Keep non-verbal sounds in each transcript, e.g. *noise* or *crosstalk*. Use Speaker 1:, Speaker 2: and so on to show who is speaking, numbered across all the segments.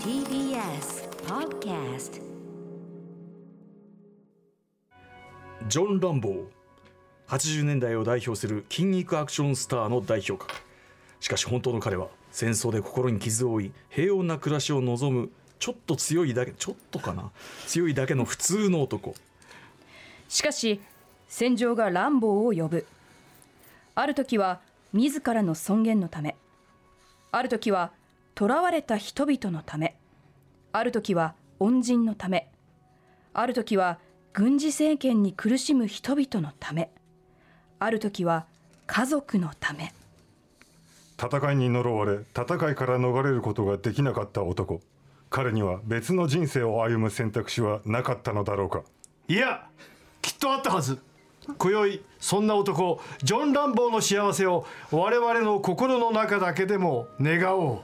Speaker 1: TBS Podcast
Speaker 2: ジョン・ランボー80年代を代表する筋肉アクションスターの代表格しかし本当の彼は戦争で心に傷を負い平穏な暮らしを望むちょっと強いだけちょっとかな強いだけの普通の男
Speaker 3: しかし戦場が乱暴を呼ぶある時は自らの尊厳のためある時は囚われた人々のためある時は恩人のためある時は軍事政権に苦しむ人々のためある時は家族のため
Speaker 4: 戦いに呪われ戦いから逃れることができなかった男彼には別の人生を歩む選択肢はなかったのだろうか
Speaker 5: いやきっとあったはず今宵そんな男ジョン・ランボーの幸せを我々の心の中だけでも願おう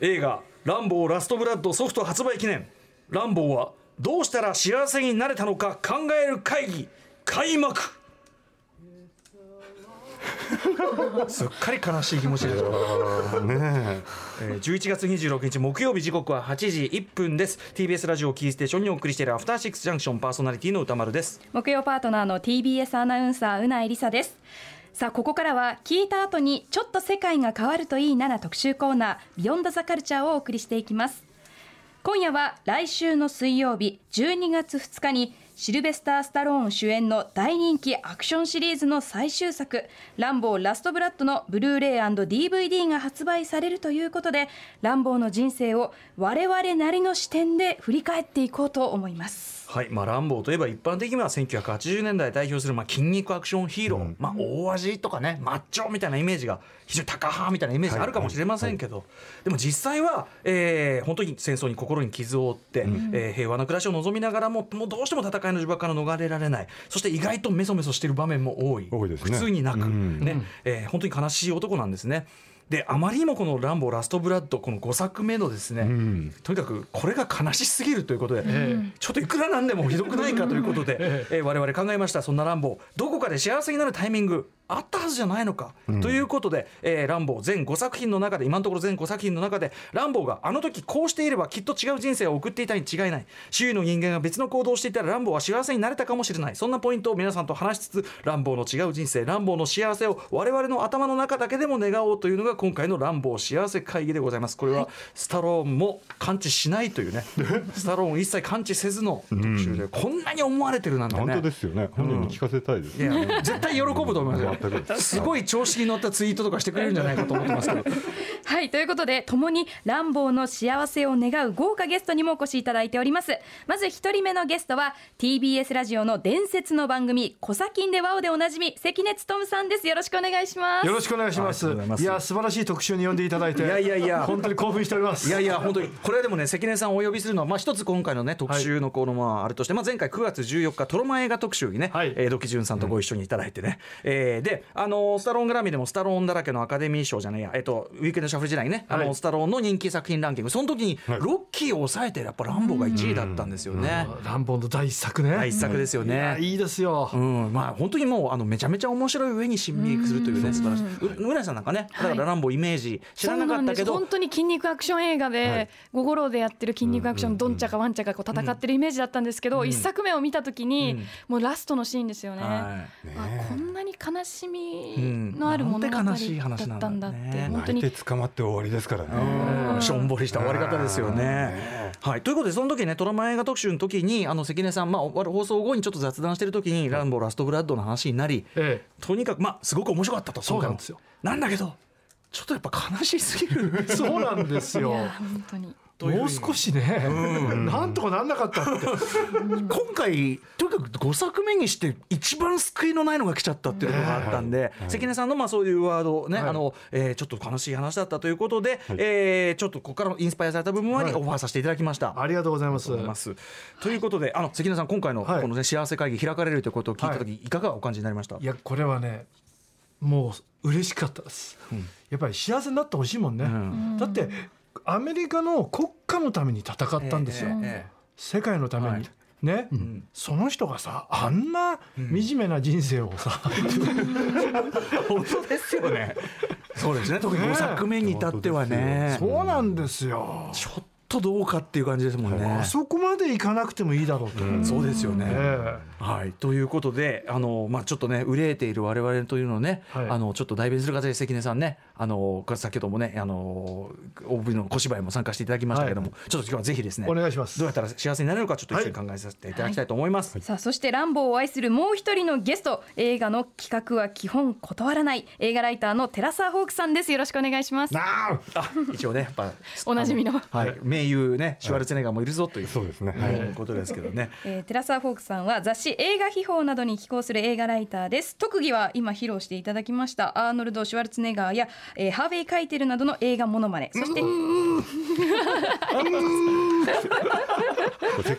Speaker 2: 映画「ランボーラストブラッド」ソフト発売記念ランボーはどうしたら幸せになれたのか考える会議開幕すっかり悲しい気持ちですえ
Speaker 4: ね
Speaker 2: ー11月26日木曜日時刻は8時1分です TBS ラジオをキーステーションにお送りしているアフターシックスジャンクションパーソナリティの歌丸です
Speaker 3: 木曜パートナーの TBS アナウンサーうないりさですさあここからは聞いた後にちょっと世界が変わるといいなな特集コーナービヨンドザカルチャーをお送りしていきます今夜は来週の水曜日12月2日にシルベスター・スタローン主演の大人気アクションシリーズの最終作「ランボーラストブラッド」のブルーレイ &DVD が発売されるということでランボーの人生を我々なりの視点で振り返っていこうと思います。
Speaker 2: はいまあ、ランボーといえば一般的には1980年代を代表する、まあ、筋肉アクションヒーロー、まあ、大味とかねマッチョみたいなイメージが非常に高派みたいなイメージがあるかもしれませんけど、でも実際は、えー本当に戦争に心に傷を負って、えー平和な暮らしを望みながらももうどうしても戦いの呪縛から逃れられないそして意外とメソメソしている場面も多い
Speaker 4: 多いですね
Speaker 2: 普通になく、
Speaker 4: うん
Speaker 2: ねえー本当に悲しい男なんですね。であまりにもこの「ランボーラストブラッド」この5作目のですね、
Speaker 4: ん
Speaker 2: とにかくこれが悲しすぎるということで、ちょっといくらなんでもひどくないかということで、えー我々考えましたそんなランボーどこかで幸せになるタイミングあったはずじゃないのか、ということで、えーランボー全5作品の中で今のところ全5作品の中でランボーがあの時こうしていればきっと違う人生を送っていたに違いない周囲の人間が別の行動をしていたらランボーは幸せになれたかもしれないそんなポイントを皆さんと話しつつランボーの違う人生ランボーの幸せを我々の頭の中だけでも願おうというのが今回のランボー幸せ会議でございますこれはスタローンも感知しないと
Speaker 4: *laughs*
Speaker 2: いうねスタローン一切感知せずの特集で、こんなに思われてるなん
Speaker 4: え
Speaker 2: てね
Speaker 4: 本当ですよね本人に聞かせたいです
Speaker 2: い
Speaker 4: ね、
Speaker 2: や絶対喜ぶと思います
Speaker 4: 全く
Speaker 2: よ
Speaker 4: です
Speaker 2: すごい調子に乗ったツイートとかしてくれるんじゃないかと思ってますけど
Speaker 3: はいということで共にランボーの幸せを願う豪華ゲストにもお越しいただいておりますまず一人目のゲストは TBS ラジオの伝説の番組「コサキンでワオ」でおなじみ関根勤さんですよろしくお願いします
Speaker 5: よろしくお願いします
Speaker 2: ありがとうございます
Speaker 5: いや素晴らしい特集に呼んでいただいて
Speaker 2: いやいやいや
Speaker 5: 本当に興奮しております
Speaker 2: いやいや本当にこれはでもね関根さんをお呼びするのはまあ一つ今回のね特集のこのまああれとして、まあ前回9月14日トロマン映画特集にね、
Speaker 5: はい
Speaker 2: えー土木潤さんとご一緒にいただいてね、えーであのースタローン絡みでもスタローンだらけのアカデミー賞じゃないやえっ、とウィークエンドシャッフル時代にね、あ
Speaker 5: は
Speaker 2: の
Speaker 5: い
Speaker 2: スタローンの人気作品ランキングその時に
Speaker 4: い
Speaker 2: ロッキーを抑えてやっぱランボーが1位だったんですよね。
Speaker 5: ランボーの第一作ね
Speaker 2: 第一作ですよね
Speaker 5: いやいいですよ、
Speaker 2: うんまあ、本当にもうあのめちゃめちゃ面白い上に新メイクするというね素晴らしいう村井さんなんかねだからランボーイメージ知らなかった
Speaker 6: そう
Speaker 2: けど、
Speaker 6: なんです本当に筋肉アクション映画で、ご五郎でやってる筋肉アクション、どんちゃかわんちゃかこう戦ってるイメージだったんですけど、一作目を見た時に、もうラストのシーンですよね、
Speaker 2: はい
Speaker 6: あこんなに悲しみのあるもの
Speaker 2: うんなんて悲しい話
Speaker 6: だ
Speaker 2: なん
Speaker 6: っ
Speaker 2: だ
Speaker 6: た
Speaker 2: ろうね
Speaker 6: んだって本当
Speaker 4: 泣い
Speaker 6: に
Speaker 4: て捕まって終わりですからね
Speaker 2: うんしょんぼりした終わり方ですよね。はい、ということでその時ねトラマ映画特集の時にあの関根さん、まあ、終わる放送後にちょっと雑談してる時に「ランボーラストブラッド」の話になり
Speaker 5: ええ
Speaker 2: とにかくまあすごく面白かったと
Speaker 5: そうなん
Speaker 2: 今回も
Speaker 5: ですよ
Speaker 2: なんだけどちょっとやっぱ悲しすぎる
Speaker 5: *laughs* そうなんですよ
Speaker 6: いや本当に
Speaker 5: もう少しね、なんとかなんなかったって
Speaker 2: 今回とにかく5作目にして一番救いのないのが来ちゃったっていうところがあったんで、関根さんのまあそういうワードをね、
Speaker 5: はい
Speaker 2: あのえーちょっと悲しい話だったということで、えーちょっとここからインスパイアされた部分はに
Speaker 5: はい
Speaker 2: オファーさせていただきました。
Speaker 5: ありがとうございます
Speaker 2: と思います。ということで、あの関根さん、今回のこ
Speaker 5: はい
Speaker 2: の、ね幸せ会議開かれるということを聞いたとき、、
Speaker 5: はい
Speaker 2: かがお感じになりました。
Speaker 5: いやこれはねもう嬉しかったです、やっぱり幸せになってほしいもんね、
Speaker 2: ん
Speaker 5: だってアメリカの国家のために戦ったんですよ、
Speaker 2: ええええ
Speaker 5: 世界のために、
Speaker 2: はいね、
Speaker 5: その人がさあんな惨めな人生をさ、
Speaker 2: 本当ですよね。そうですね。特に
Speaker 5: ね
Speaker 2: 5作目に至ってはね。
Speaker 5: そうなんですよ、
Speaker 2: ちょっとどうかっていう感じですもんね
Speaker 5: あ。そこまで行かなくてもいいだろうと、
Speaker 2: うんそうですよね。
Speaker 5: え
Speaker 2: はい、ということであの、まあ、ちょっとね憂えている我々というのをね、
Speaker 5: はい
Speaker 2: あのちょっと代弁する形で関根さんねあの先ほどもねあの OB の小芝居も参加していただきましたけども、ちょっと今日はぜひですね
Speaker 5: お願いします
Speaker 2: どうやったら幸せになれるかちょっと一緒に考えさせていただきたいと思います。
Speaker 3: さあそしてランボーを愛するもう一人のゲスト映画の企画は基本断らない映画ライターのテラサホークさんですよろしくお願いします
Speaker 5: な
Speaker 2: あ一応ねやっぱ
Speaker 6: おなじみの
Speaker 2: あはい、名優ねシュワルツェネッガーもいるぞという、
Speaker 4: そうですね
Speaker 2: は
Speaker 4: はい
Speaker 2: い、ことですけどね。
Speaker 3: えー、テラサーフォークさんは雑誌映画秘宝などに寄稿する映画ライターです特技は今披露していただきましたアーノルド・シュワルツェネッガーや、えーハーベイ・カイテルなどの映画モノマネそして
Speaker 4: こ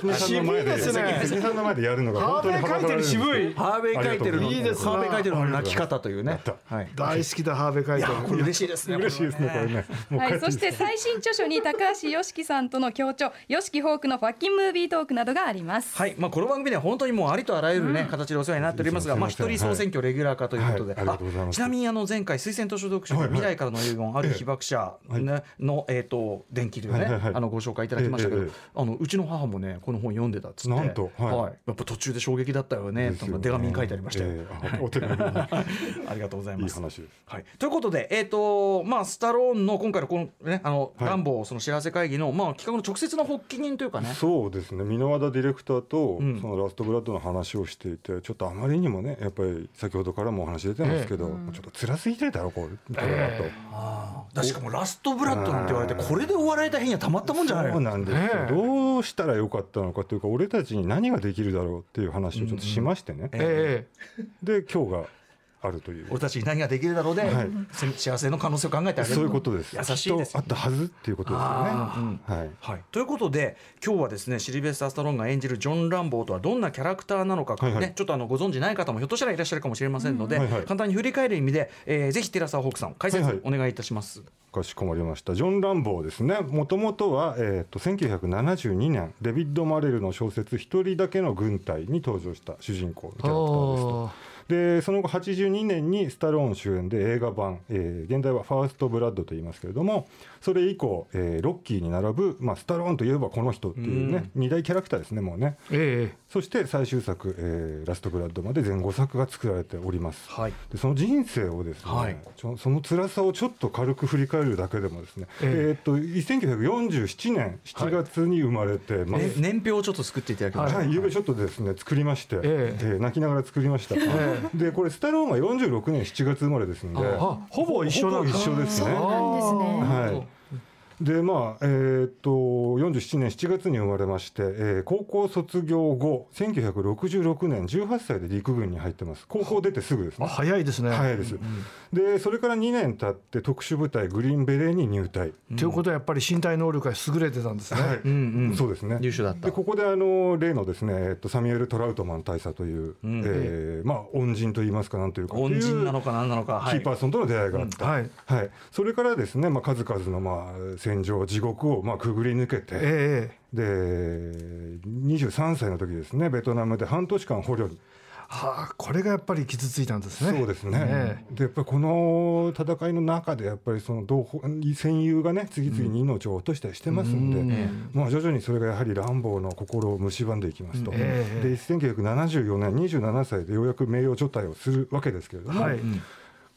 Speaker 4: れ関根さんの前で
Speaker 5: 渋いですね
Speaker 4: 関根さんの前でやるのが
Speaker 5: あ
Speaker 4: 本当にはばから
Speaker 5: 書
Speaker 4: れ
Speaker 5: いて
Speaker 4: る
Speaker 5: る渋い
Speaker 2: ハーベイ・カイテルの
Speaker 5: いいですな
Speaker 2: ハーベイ・カイテルの泣き方というね。
Speaker 4: た
Speaker 2: はい、
Speaker 5: 大好きだハーベカイト
Speaker 2: これ嬉しいですね。
Speaker 4: 嬉しいですねこれねもう
Speaker 3: は
Speaker 4: 帰
Speaker 3: い、
Speaker 4: って
Speaker 3: そして最新著書に高橋よしきさんとの協調よしきホークのファッキンムービートークなどがあります。
Speaker 2: はい、まあ、この番組では本当にもうありとあらゆるね、形でお世話になっておりますが、まあ、
Speaker 4: いつ
Speaker 2: 一
Speaker 4: もすいません
Speaker 2: 人総選挙レギュラー化ということで。
Speaker 4: はいはいありがとうございます
Speaker 2: ちなみに、あの、前回推薦図書読書
Speaker 4: はいはい
Speaker 2: 未来からの遺言ある被爆者、ね、の、えっと、電気という
Speaker 4: はいは
Speaker 2: ね
Speaker 4: いはい、
Speaker 2: あの、ご紹介いただきましたけど
Speaker 4: えええ。
Speaker 2: あの、うちの母もね、この本読んでたっつって。
Speaker 4: なんとはい
Speaker 2: はい、やっぱ途中で衝撃だったよね、
Speaker 4: で
Speaker 2: とか
Speaker 4: すよね
Speaker 2: 手紙に書いてありましたよ。
Speaker 4: ええあお手紙に
Speaker 2: *laughs* ありがとうございます。
Speaker 4: いい話です
Speaker 2: はい、ということで、えーとまあ、スタローンの今回のこの、ね、あの
Speaker 4: はい
Speaker 2: ランボーその幸せ会議の、まあ、企画の直接の発起人というかね。
Speaker 4: そうですね箕輪田ディレクターと、
Speaker 2: うん
Speaker 4: そのラストブラッドの話をしていてちょっとあまりにもねやっぱり先ほどからもお話出てますけど、ちょっと辛すぎてるだろこれこれだと、
Speaker 2: だしかもラストブラッドなんて言われてこれでお笑い大変やたまったもんじゃない
Speaker 4: そう
Speaker 2: よ
Speaker 4: なんですよ、
Speaker 5: ねえ
Speaker 4: どうしたらよかったのかというか俺たちに何ができるだろうっていう話をちょっとしましてね、
Speaker 5: え
Speaker 4: で今日があるという
Speaker 2: 俺たちに何ができるだろうで、
Speaker 4: はい
Speaker 2: せ幸せの可能性を考えてあげる
Speaker 4: そういうことです
Speaker 2: 優しいです
Speaker 4: きっとあったはずっていうことですよね
Speaker 2: あーうん
Speaker 4: はい
Speaker 2: はい、ということで今日はですねシリベスター・スタローンが演じるジョン・ランボーとはどんなキャラクターなのか、
Speaker 4: はいはい
Speaker 2: ね、ちょっとあのご存知ない方もひょっとしたらいらっしゃるかもしれませんので、
Speaker 4: うんはいはい
Speaker 2: 簡単に振り返る意味で、えーぜひテラサホークさん解説
Speaker 4: はいはい
Speaker 2: お願いいたします。
Speaker 4: かしこまりましたジョン・ランボーですねもともとは、えー、と1972年デビッド・マレルの小説「一人だけの軍隊」に登場した主人公のキャラクターですと
Speaker 5: おー
Speaker 4: でその後82年にスタローン主演で映画版、えー現代は「ファースト・ブラッド」と言いますけれどもそれ以降、えーロッキーに並ぶ、まあ、スタローンといえばこの人っていうね、二大キャラクターですねもうね
Speaker 5: え
Speaker 4: そして最終作、えーラスト・ブラッド」まで全5作が作られております、
Speaker 2: はい
Speaker 4: でその人生をですね、
Speaker 2: はい
Speaker 4: ちょその辛さをちょっと軽く振り返るだけでもですね、えー
Speaker 5: え
Speaker 4: っと1947年7月に生まれてます、
Speaker 2: ね年表をちょっと作っていただきま
Speaker 4: は
Speaker 2: す
Speaker 4: い、ゆうべちょっとですね作りまして、
Speaker 5: ええ
Speaker 4: えー泣きながら作りました、でこれスタローンは46年7月生まれですので
Speaker 5: えあほぼ一緒なんだ
Speaker 4: ほぼ一緒です
Speaker 6: なんですね
Speaker 4: ねはいでまあえーっと47年7月に生まれまして、えー高校卒業後1966年18歳で陸軍に入ってます高校出てすぐです
Speaker 5: あ
Speaker 4: ね
Speaker 5: 早いですね、
Speaker 4: 早いです、でそれから2年経って特殊部隊グリーンベレーに入隊、
Speaker 5: ということはやっぱり身体能力が優れてたんですね、
Speaker 4: はい
Speaker 2: んうん
Speaker 4: そうですね
Speaker 2: 優秀だった
Speaker 4: でここであの例のですね、えっと、サミュエル・トラウトマン大佐という、
Speaker 2: ん
Speaker 4: えーまあ、恩人といいますかなんというか
Speaker 2: 恩
Speaker 4: とい
Speaker 2: 人
Speaker 4: う
Speaker 2: なのか何なのか、は
Speaker 4: キ
Speaker 2: い
Speaker 4: ーパーソンとの出会いがあった、
Speaker 5: はい
Speaker 4: はい、それからですね、まあ、数々のまあ戦場地獄をまあくぐり抜けて、
Speaker 5: ええ
Speaker 4: で23歳の時ですねベトナムで半年間捕虜に、
Speaker 5: はあこれがやっぱり傷ついたんですね
Speaker 4: そうですね、
Speaker 5: え
Speaker 4: でやっぱりこの戦いの中でやっぱりその同胞戦友がね次々に命を落としたりしてますんで、まあ、徐々にそれがやはり乱暴の心を蝕んでいきますと、
Speaker 5: ええ
Speaker 4: で1974年27歳でようやく名誉除隊をするわけですけれども、
Speaker 5: はい、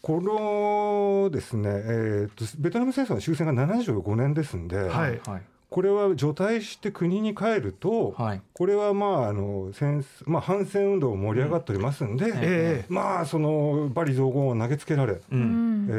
Speaker 4: このですね、えーとベトナム戦争の終戦が75年ですんで、
Speaker 5: はい
Speaker 2: はい
Speaker 4: これは除隊して国に帰ると、
Speaker 2: はい
Speaker 4: これはまああの戦まあ反戦運動も盛り上がっておりますんで、
Speaker 5: ええ
Speaker 4: まあその罵詈雑言を投げつけら
Speaker 2: う
Speaker 4: れ、
Speaker 2: ん
Speaker 4: え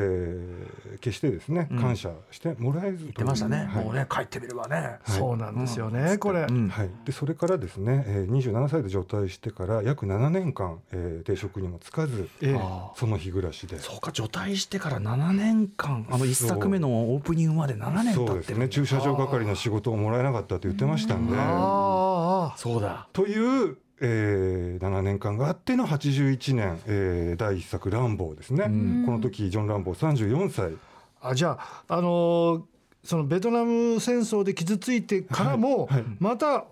Speaker 4: ー決してですね感謝してもらえずという
Speaker 2: 出ましたね、
Speaker 4: はい
Speaker 2: もうね帰ってみればね、
Speaker 5: そうなんですよね、これ、
Speaker 2: うん
Speaker 4: はい、でそれからですね、えー、27歳で除隊してから約7年間、えー定職にもつかず、
Speaker 5: ええ
Speaker 2: あ
Speaker 4: その日暮らしで。
Speaker 2: そうか除隊してから7年間あの1作目のオープニングまで7年経
Speaker 4: そ
Speaker 2: っ
Speaker 4: うで
Speaker 2: て
Speaker 4: す
Speaker 2: る
Speaker 4: ね駐車場係の仕事をもらえなかったと言ってましたんで。
Speaker 5: あああ
Speaker 2: そうだ
Speaker 4: という、えー7年間があっての81年、えー第一作「ランボー」ですね、この時ジョン・ランボー34歳
Speaker 5: ああじゃああのーそのベトナム戦争で傷ついてからも、
Speaker 4: はいはい
Speaker 5: また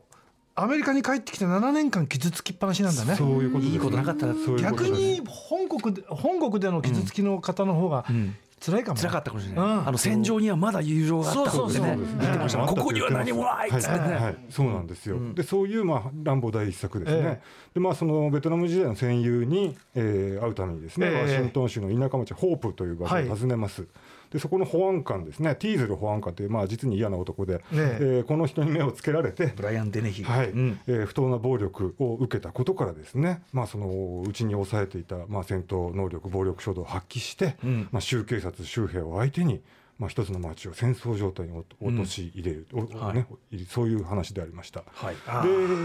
Speaker 5: アメリカに帰ってきて7年間傷つきっぱなしなんだね
Speaker 4: そういうことですね
Speaker 2: いいことなかったら
Speaker 4: そういうこと
Speaker 5: 逆
Speaker 4: です
Speaker 5: に本国で本国での傷つきの方の方が
Speaker 2: うん
Speaker 5: 辛いかも、
Speaker 2: 辛かったかもしれない、
Speaker 5: うん
Speaker 2: あの戦場にはまだ友情があったってね
Speaker 5: そうそうそう
Speaker 2: 言ってましたもんここには何もないっつって
Speaker 4: はは
Speaker 2: ね
Speaker 4: い、そうなんですよ、でそういう、まあ、乱暴第一作ですね、
Speaker 5: え
Speaker 4: でまあ、そのベトナム時代の戦友に、えー会うためにですね、
Speaker 5: ええ
Speaker 4: ワシントン州の田舎町ホープという場所を訪ねます、でそこの保安官ですねティーゼル保安官という、まあ、実に嫌な男で、え
Speaker 5: ええ
Speaker 4: ーこの人に目をつけられて
Speaker 2: ブライアン・デネヒ、
Speaker 4: はい
Speaker 2: うん
Speaker 4: えー不当な暴力を受けたことからですね、まあ、そのうちに抑えていた、まあ、戦闘能力暴力衝動を発揮して、
Speaker 2: うん
Speaker 4: まあ、州警察州兵を相手に、まあ、一つの町を戦争状態に陥れる、お
Speaker 2: はい
Speaker 4: ねそういう話でありました。
Speaker 2: はい、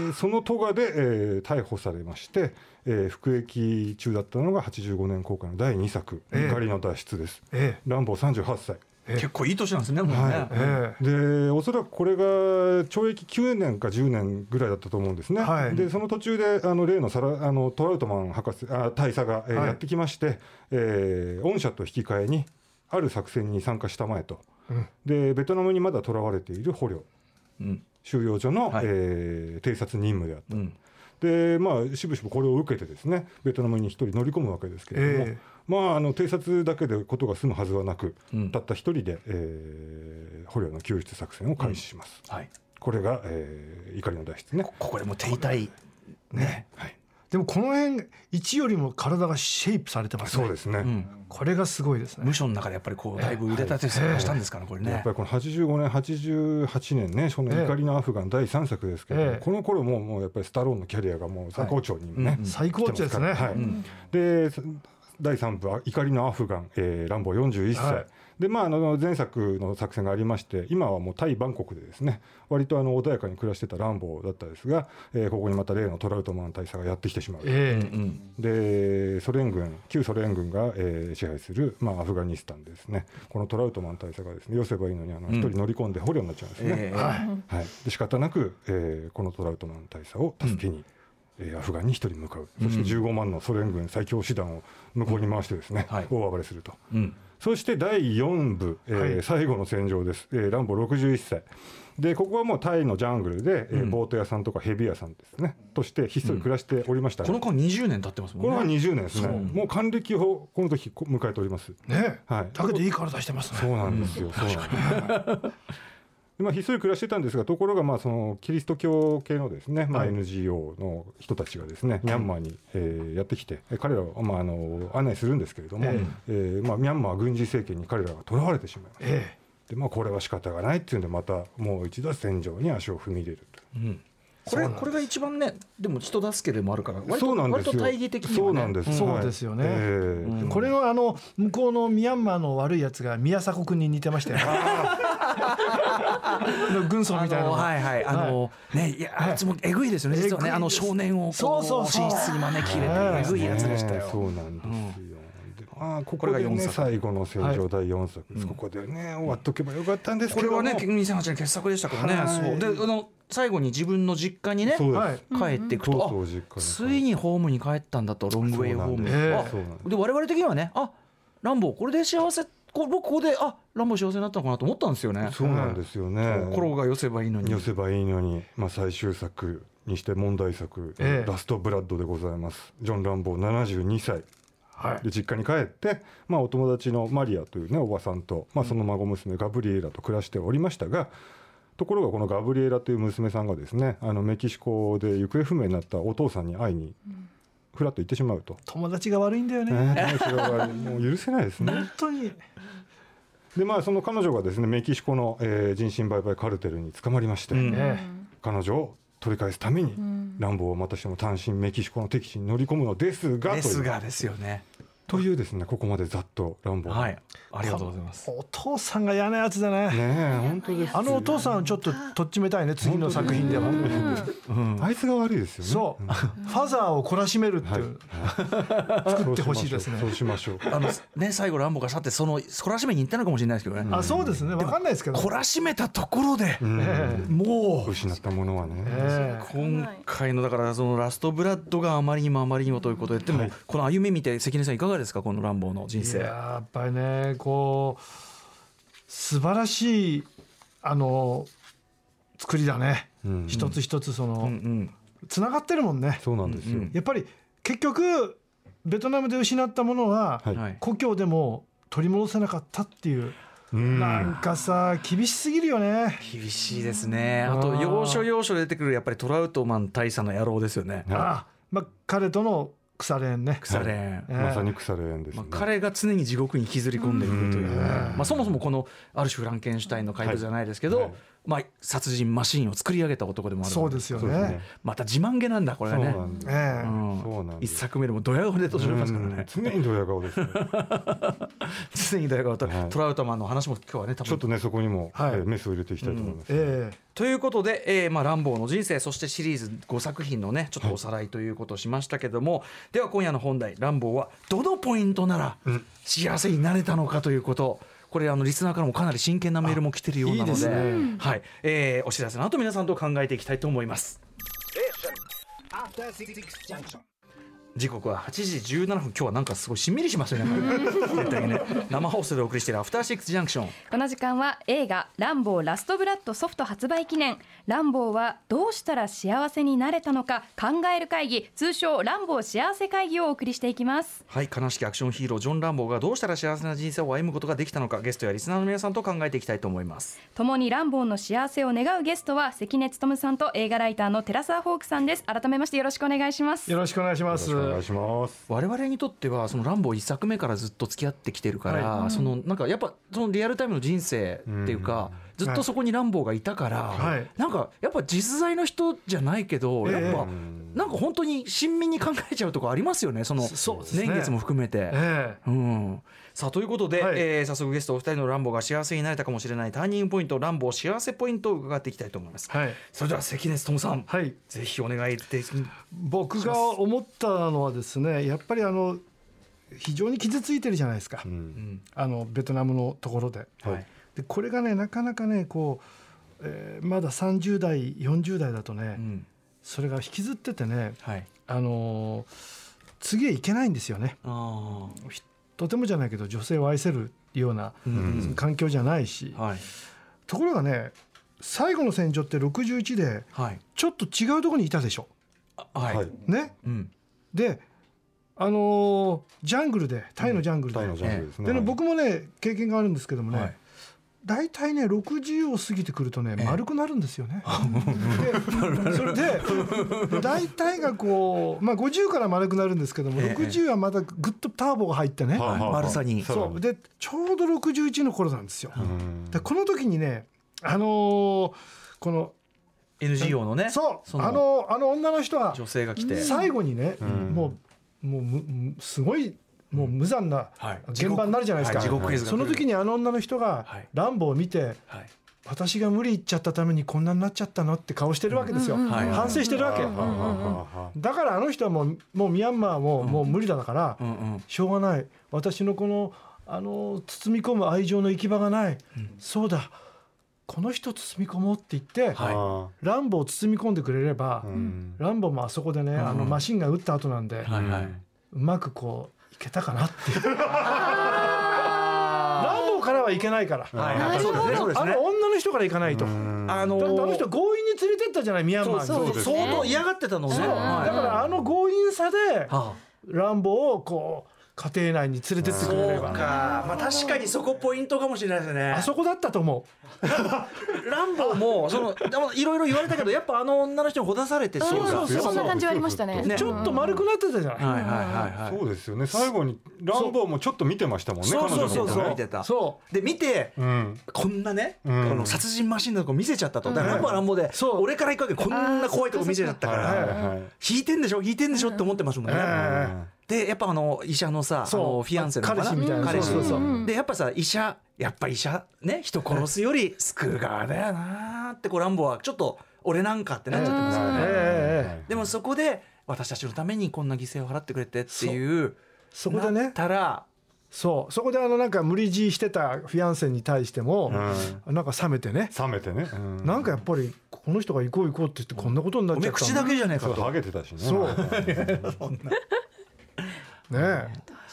Speaker 4: でそのトガで、えー逮捕されまして、えー服役中だったのが85年公開の第2作「
Speaker 5: ええ
Speaker 4: 怒りの脱出」です。
Speaker 5: え
Speaker 4: ランボー38歳
Speaker 2: 結構いい年なんですねもうね、
Speaker 4: はい
Speaker 5: えええ
Speaker 4: でおそらくこれが懲役9年か10年ぐらいだったと思うんですね、
Speaker 5: はい
Speaker 4: でその途中であの例のサラあのトラウトマン博士あ大佐が、えー
Speaker 5: はい
Speaker 4: やってきまして、えー御社と引き換えにある作戦に参加したまえと、
Speaker 5: うん
Speaker 4: でベトナムにまだ囚われている捕虜
Speaker 2: うん
Speaker 4: 収容所の、
Speaker 2: はい
Speaker 4: えー偵察任務であった
Speaker 2: うん
Speaker 4: でまあしぶしぶこれを受けてですねベトナムに一人乗り込むわけですけれども、
Speaker 5: ええ
Speaker 4: まああの偵察だけでことが済むはずはなく、
Speaker 2: うん
Speaker 4: たった一人で、えー捕虜の救出作戦を開始します、
Speaker 2: はい、
Speaker 4: これが、えー怒りの脱出ね
Speaker 2: こここでもう手痛いね
Speaker 4: はい
Speaker 5: でもこの辺1よりも体がシェイプされてますね
Speaker 4: そうですね、
Speaker 2: うん、
Speaker 5: これがすごいですね
Speaker 2: 無所の中でやっぱりこうだいぶ腕立て伏せしたんですからねこれ
Speaker 4: や
Speaker 2: ね
Speaker 4: っぱりこの85年、88年ね、その怒りのアフガン第3作ですけど、
Speaker 5: ええ
Speaker 4: この頃ももうやっぱりスタローンのキャリアがもう最高潮にね、
Speaker 2: はいうん
Speaker 5: 最高値ですね
Speaker 4: 来てますからはいで第3部は「怒りのアフガン」えー、ランボー41歳、
Speaker 5: はい
Speaker 4: でまああの前作の作戦がありまして今はもうタイ・バンコクでですね割とあの穏やかに暮らしてたランボーだったですが、えーここにまた例のトラウトマン大佐がやってきてしまう、
Speaker 5: え
Speaker 2: うんうん
Speaker 4: でソ連軍旧ソ連軍が、えー支配する、まあ、アフガニスタンでですねこのトラウトマン大佐がですね寄せばいいのにあの
Speaker 2: うん
Speaker 4: 一人乗り込んで捕虜になっちゃうんですね、
Speaker 2: ええ
Speaker 4: はい、で仕方なく、えーこのトラウトマン大佐を助けに、えーアフガンに一人向かうそして15万のソ連軍最強師団を向こうに回してですね、
Speaker 2: はい
Speaker 4: 大暴れすると
Speaker 2: うん
Speaker 4: そして第4部、えー
Speaker 5: はい
Speaker 4: 最後の戦場です、えーランボ61歳でここはもうタイのジャングルで、えー
Speaker 2: うん
Speaker 4: ボート屋さんとかヘビ屋さんですねとしてひっそり暮らしておりましたが、
Speaker 2: この間20年経ってますもん
Speaker 4: こ
Speaker 2: ね
Speaker 4: の間20年ですね、
Speaker 2: そう
Speaker 4: もう還暦をこの時こ迎えております。
Speaker 5: ねえ
Speaker 4: はい、
Speaker 5: だけどいい体してます
Speaker 4: そ
Speaker 5: ね
Speaker 4: うなんですよ、そうなんです *laughs* はいでまあ、ひっそり暮らしてたんですが、ところがまあそのキリスト教系のですね、まあ、
Speaker 5: はい
Speaker 4: NGO の人たちがですね、ミャンマーに、えーやってきて、え彼らを、まあ、あの案内するんですけれども、え
Speaker 5: ええ
Speaker 4: ーまあ、ミャンマー軍事政権に彼らが囚われてしまいます。
Speaker 5: ええ
Speaker 4: でまあ、これは仕方がないっていうんで、またもう一度戦場に足を踏み入れると。
Speaker 2: うんこれこれが一番ねでも人助けでもあるから割
Speaker 4: そ
Speaker 2: と
Speaker 4: うなんで
Speaker 2: 割
Speaker 4: すよ
Speaker 2: と大義的には、ね、
Speaker 4: そうなんです、
Speaker 5: うん
Speaker 4: はい
Speaker 5: そうですよね
Speaker 4: えー
Speaker 2: うん
Speaker 5: これのあの向こうのミャンマーの悪いやつが宮迫君に似てま
Speaker 2: *laughs*
Speaker 5: したよね。の軍曹みた
Speaker 2: あ
Speaker 5: いなの
Speaker 2: の
Speaker 5: が。
Speaker 2: はいはいあの、ねいやあいつもえぐいですよね実はね
Speaker 5: えぐいです
Speaker 2: あの少年をこ
Speaker 5: そううそうそう
Speaker 2: 寝室に招き入れて
Speaker 5: はい
Speaker 2: えぐいやつでしたよ、
Speaker 4: ねそうなんですよ。でまあこ
Speaker 2: こ
Speaker 4: こ
Speaker 2: れ
Speaker 4: で
Speaker 2: が四
Speaker 4: ね
Speaker 2: 作
Speaker 4: 最後の戦
Speaker 5: は
Speaker 4: 場
Speaker 5: い
Speaker 4: 第4作です、ここでね終わっとけばよかったんです
Speaker 2: こ
Speaker 4: け
Speaker 2: れ
Speaker 4: ども
Speaker 2: はね2008年傑作でしたから
Speaker 4: は
Speaker 2: ね
Speaker 4: い
Speaker 2: そうであの最後に自分の実家にね
Speaker 4: そうです、
Speaker 5: はい
Speaker 2: 帰っていく
Speaker 4: とう
Speaker 2: と
Speaker 4: とう実家に
Speaker 2: あついにホームに帰ったんだとロングウェイホームに
Speaker 5: そうなん
Speaker 2: あ
Speaker 5: です
Speaker 4: そうなんです
Speaker 2: で我々的にはねあランボーこれで幸せこ僕ここであランボー幸せになったのかなと思ったんですよね
Speaker 4: そうなんですよね
Speaker 2: 心が寄せばいいのに
Speaker 4: 寄せばいいのに、まあ、最終作にして問題作「
Speaker 5: ええ
Speaker 4: ラストブラッド」でございますジョン・ランボー72歳
Speaker 5: はい
Speaker 4: で実家に帰って、まあ、お友達のマリアというねおばさんと、まあ、その孫娘ガブリエラと暮らしておりましたがところがこのガブリエラという娘さんがですねあのメキシコで行方不明になったお父さんに会いにふらっと行ってしまうと。
Speaker 5: 友達が悪いんだよ
Speaker 4: ね
Speaker 5: ね。
Speaker 4: えそれはもう許せないですね。
Speaker 2: *laughs*
Speaker 5: 本当に。
Speaker 4: でまあその彼女がですねメキシコの、えー人身売買カルテルに捕まりまして、
Speaker 2: うん
Speaker 5: え
Speaker 4: 彼女を取り返すために、乱暴をまたしても単身メキシコの敵地に乗り込むのですが
Speaker 2: です
Speaker 4: という
Speaker 2: がですよね
Speaker 4: というですねここまでざっと乱暴、
Speaker 2: はいありがとうございます
Speaker 5: えお父さんが嫌なやつだね。
Speaker 4: ねえ本当ですよ
Speaker 5: あのお父さんをちょっととっちめたいね次の作品では。
Speaker 4: うんあいつが悪いですよね
Speaker 5: そう。ファザーを懲らしめるっていう。
Speaker 4: 作
Speaker 5: ってほしいですね
Speaker 4: そうしましょうそうしましょ
Speaker 2: あのね最後ランボーが去ってその懲らしめに行ったのかもしれないですけどね
Speaker 5: あそうですね。わかんないですけど。
Speaker 2: 懲らしめたところで
Speaker 4: う、うん
Speaker 5: え
Speaker 2: もう
Speaker 4: 失ったものはね、
Speaker 5: ええ
Speaker 2: 今回のだからそのラストブラッドがあまりにもあまりにもということででもこの歩み見て関根さんいかがですかこのランボーの人
Speaker 5: いや
Speaker 2: 生
Speaker 5: やっぱりねこう素晴らしいあの作りだね。
Speaker 4: うん
Speaker 5: 一つ一つそ
Speaker 2: うんう
Speaker 5: の
Speaker 2: ん
Speaker 5: つながってるもんね
Speaker 4: そうなんですよ、
Speaker 2: うんうん
Speaker 5: やっぱり結局ベトナムで失ったものは
Speaker 4: はい
Speaker 2: はい
Speaker 5: 故郷でも取り戻せなかったっていう
Speaker 4: うん
Speaker 5: なんかさ厳しすぎるよね
Speaker 2: 厳しいですねあと要所要所で出てくるやっぱりトラウトマン大佐の野郎ですよね
Speaker 4: は
Speaker 5: ああまあ彼との腐れ縁ね
Speaker 2: 腐れ縁
Speaker 4: い、
Speaker 5: ええ
Speaker 4: まさに腐れ縁です
Speaker 2: ま
Speaker 4: ね
Speaker 2: あ、、彼が常に地獄に引きずり込んでいくというね、
Speaker 4: う
Speaker 2: ま
Speaker 4: ん
Speaker 2: あ、そもそもこのある種フランケンシュタインの回答じゃないですけど、
Speaker 4: はい
Speaker 2: まあ、殺人マシーンを作り上げた男でもある
Speaker 5: そうですよ
Speaker 4: そうです
Speaker 5: ね
Speaker 4: ね
Speaker 2: また自慢げなんだこれが
Speaker 4: そう
Speaker 2: ね
Speaker 4: なんです、
Speaker 5: ええ
Speaker 2: うん
Speaker 4: そうなんで
Speaker 2: 一
Speaker 4: す
Speaker 2: 作目でもドヤ顔で年取りますから
Speaker 4: うん
Speaker 2: ね
Speaker 4: 常にドヤ顔です、ね、
Speaker 2: 常にドヤ顔と
Speaker 4: はい
Speaker 2: トラウトマンの話も今日はね多分
Speaker 4: ちょっとねそこにも、
Speaker 5: はい
Speaker 4: えーメスを入れていきたいと思います、
Speaker 5: ええ
Speaker 2: ということで、えーまあ、ランボーの人生そしてシリーズ5作品のねちょっとおさらいということをしましたけども、では今夜の本題「ランボー」はどのポイントなら幸せになれたのかということこれあのリスナーからもかなり真剣なメールも来てるようなので
Speaker 5: いいですね
Speaker 2: はいえーお知らせの後皆さんと考えていきたいと思います。時刻は8時17分今日はなんかすごいしんみりしますよねなんか絶対にね生放送でお送りしている「アフターシックスジャンクション」
Speaker 3: この時間は映画「ランボーラストブラッド」ソフト発売記念「ランボーはどうしたら幸せになれたのか考える会議」通称「ランボー幸せ会議」をお送りしていきます
Speaker 2: はい、悲しきアクションヒーロージョン・ランボーがどうしたら幸せな人生を歩むことができたのかゲストやリスナーの皆さんと考えていきたいと思います
Speaker 3: 共にランボーの幸せを願うゲストは関根勤さんと映画ライターの寺澤ホークさんです改めましてよろしくお願いします
Speaker 5: よろしくお願いしま
Speaker 4: よろし
Speaker 5: す
Speaker 4: くお願いします
Speaker 2: 我々にとってはそのランボー一作目からずっと付き合ってきてるから、
Speaker 5: は
Speaker 2: そのなんかやっぱそのリアルタイムの人生っていうか、ずっとそこにランボーがいたから、
Speaker 5: はい
Speaker 2: なんかやっぱ実在の人じゃないけど、
Speaker 5: ええ
Speaker 2: やっぱ
Speaker 4: うん
Speaker 2: なんか本当に親身に考えちゃうとこありますよねその
Speaker 5: そそうですね
Speaker 2: 年月も含めて。
Speaker 5: ええ
Speaker 2: うん、さあということで、
Speaker 5: はい
Speaker 2: えー早速ゲストお二人のランボーが幸せになれたかもしれないターニングポイントランボー幸せポイントを伺っていきたいと思います、
Speaker 5: はい
Speaker 2: それでは関根勤さん、
Speaker 5: はい
Speaker 2: ぜひお願いいたします
Speaker 5: 僕が思ったのはですねやっぱりあの非常に傷ついてるじゃないですか、
Speaker 4: うん
Speaker 5: あのベトナムのところで。
Speaker 2: はい、
Speaker 5: でこれがねなかなかねこう、えーまだ30代40代だとね、
Speaker 2: うん
Speaker 5: それが引きずっててね、
Speaker 2: はい、
Speaker 5: あのー次へ行けないんですよね。
Speaker 2: あ
Speaker 5: とてもじゃないけど女性を愛せるような
Speaker 2: ー、うん
Speaker 5: 環境じゃないし、
Speaker 2: はい
Speaker 5: ところがね最後の戦場って61で
Speaker 2: はい
Speaker 5: ちょっと違うところにいたでしょ。
Speaker 2: あはい、
Speaker 4: はい
Speaker 5: ね、
Speaker 2: うん
Speaker 5: であのージャングルでタイのジャングルで,、
Speaker 4: 大のジャンルですね
Speaker 5: でね僕もね経験があるんですけどもね、
Speaker 2: はい
Speaker 5: 大体ね60を過ぎてくるとね
Speaker 2: ええ
Speaker 5: 丸くなるんですよね。でそれで大体がこう、まあ、50から丸くなるんですけども
Speaker 2: ええ
Speaker 5: 60はまたぐっとターボが入ってね、
Speaker 2: はい丸さに
Speaker 5: そうでちょうど61の頃なんですよ。
Speaker 4: うん
Speaker 5: でこの時にねあのーこの
Speaker 2: NGO のね
Speaker 5: そう
Speaker 2: の
Speaker 5: あのあの女の人は
Speaker 2: 女性が来て、
Speaker 5: 最後にね、
Speaker 4: うん
Speaker 5: もうもうむむすごいもう無残な
Speaker 2: はい
Speaker 5: 現場になるじゃないですか、
Speaker 2: 地獄はい地獄絵図が来
Speaker 5: そ
Speaker 2: る
Speaker 5: の時にあの女の人が
Speaker 2: はい
Speaker 5: ランボを見て、
Speaker 2: はい
Speaker 5: 私が無理言っちゃったためにこんなになっちゃったのって顔してるわけですよ、
Speaker 6: うんうん
Speaker 2: うんはい
Speaker 5: 反省してるわけ、
Speaker 4: はあはあはあは
Speaker 5: だからあの人はもうもうミャンマーももう無理だから、
Speaker 2: うんうん
Speaker 5: しょうがない私のこのあの包み込む愛情の行き場がない、そうだこの人包み込もうって言って、
Speaker 4: あ
Speaker 2: はい
Speaker 4: は
Speaker 5: ランボを包み込んでくれれば、
Speaker 4: あうん
Speaker 5: ランボもあそこでね、あの
Speaker 2: うん
Speaker 5: マシンが撃った後なん
Speaker 2: は
Speaker 5: で、
Speaker 2: いはいう
Speaker 5: うまくこういけたかなっ
Speaker 2: *laughs*
Speaker 5: ていう。 *laughs* ランボーからはいけないから。
Speaker 2: はい
Speaker 6: なるほど
Speaker 2: そうですねそうです
Speaker 5: あ
Speaker 2: ね
Speaker 5: の女の人からいかないと。だって
Speaker 4: ん
Speaker 2: あの
Speaker 5: あ
Speaker 2: ー
Speaker 5: の人強引に連れてったじゃないミャンマーに。
Speaker 6: そうそうですね
Speaker 2: 相当嫌がってたのね
Speaker 5: そうだ
Speaker 2: はい
Speaker 5: からあの強引さで
Speaker 2: あ
Speaker 5: ランボーをこう家庭内に連れてってくれれ
Speaker 2: そう
Speaker 5: ば。
Speaker 2: か、まあ、確かにそこポイントかもしれないですね。
Speaker 5: あそこだったと思う。
Speaker 2: ランボーも、その、でも、いろいろ言われたけど、やっぱあの女の人にほだされて、
Speaker 5: そうそう
Speaker 6: そんな感じはありましたね
Speaker 2: ね
Speaker 5: ちょっと丸くなってたじゃない。
Speaker 2: はいはいはいはい。
Speaker 4: そうですよね最後にランボーもちょっと見てましたもんね彼
Speaker 2: そう
Speaker 4: 女の
Speaker 2: そう
Speaker 4: こと
Speaker 2: そうそう、
Speaker 4: ね
Speaker 2: 見てた。
Speaker 5: そ
Speaker 2: で、見て、
Speaker 4: うん
Speaker 2: こんなね、こ
Speaker 4: うん
Speaker 2: の殺人マシンのとこ見せちゃったと。だから、ランボーはランボーで、
Speaker 5: そう
Speaker 2: 俺から行くわけ、こんな怖いとこ見せちゃったか
Speaker 4: はい
Speaker 2: ら。
Speaker 4: はい
Speaker 2: 引いてんでしょ引いてんでしょって思ってますもんね。
Speaker 5: え
Speaker 2: でやっぱあの医者のさあ
Speaker 5: そう
Speaker 2: のフィアンセのか
Speaker 5: 彼氏みたいな
Speaker 2: 彼氏
Speaker 5: そうそうそう
Speaker 2: でやっぱさ医者やっぱ医者ね人殺すより救う側だよなーってこうランボはちょっと俺なんかってなっちゃってますよ
Speaker 5: ええ
Speaker 2: ね、
Speaker 5: ええええ
Speaker 2: でもそこで私たちのためにこんな犠牲を払ってくれてっていう
Speaker 5: そこでね
Speaker 2: なっ。たら
Speaker 5: そうそこであのなんか無理強いしてたフィアンセに対しても、なんか冷めてね。
Speaker 4: 冷めてねう
Speaker 5: なんかやっぱりこの人が行こう行こうって言ってこんなことになっ
Speaker 2: お
Speaker 5: ち
Speaker 2: めえ
Speaker 5: ゃったん
Speaker 2: 口だけじゃねえか
Speaker 4: そう
Speaker 2: と
Speaker 4: ハゲてたしね
Speaker 5: そう
Speaker 4: うん
Speaker 5: ねえ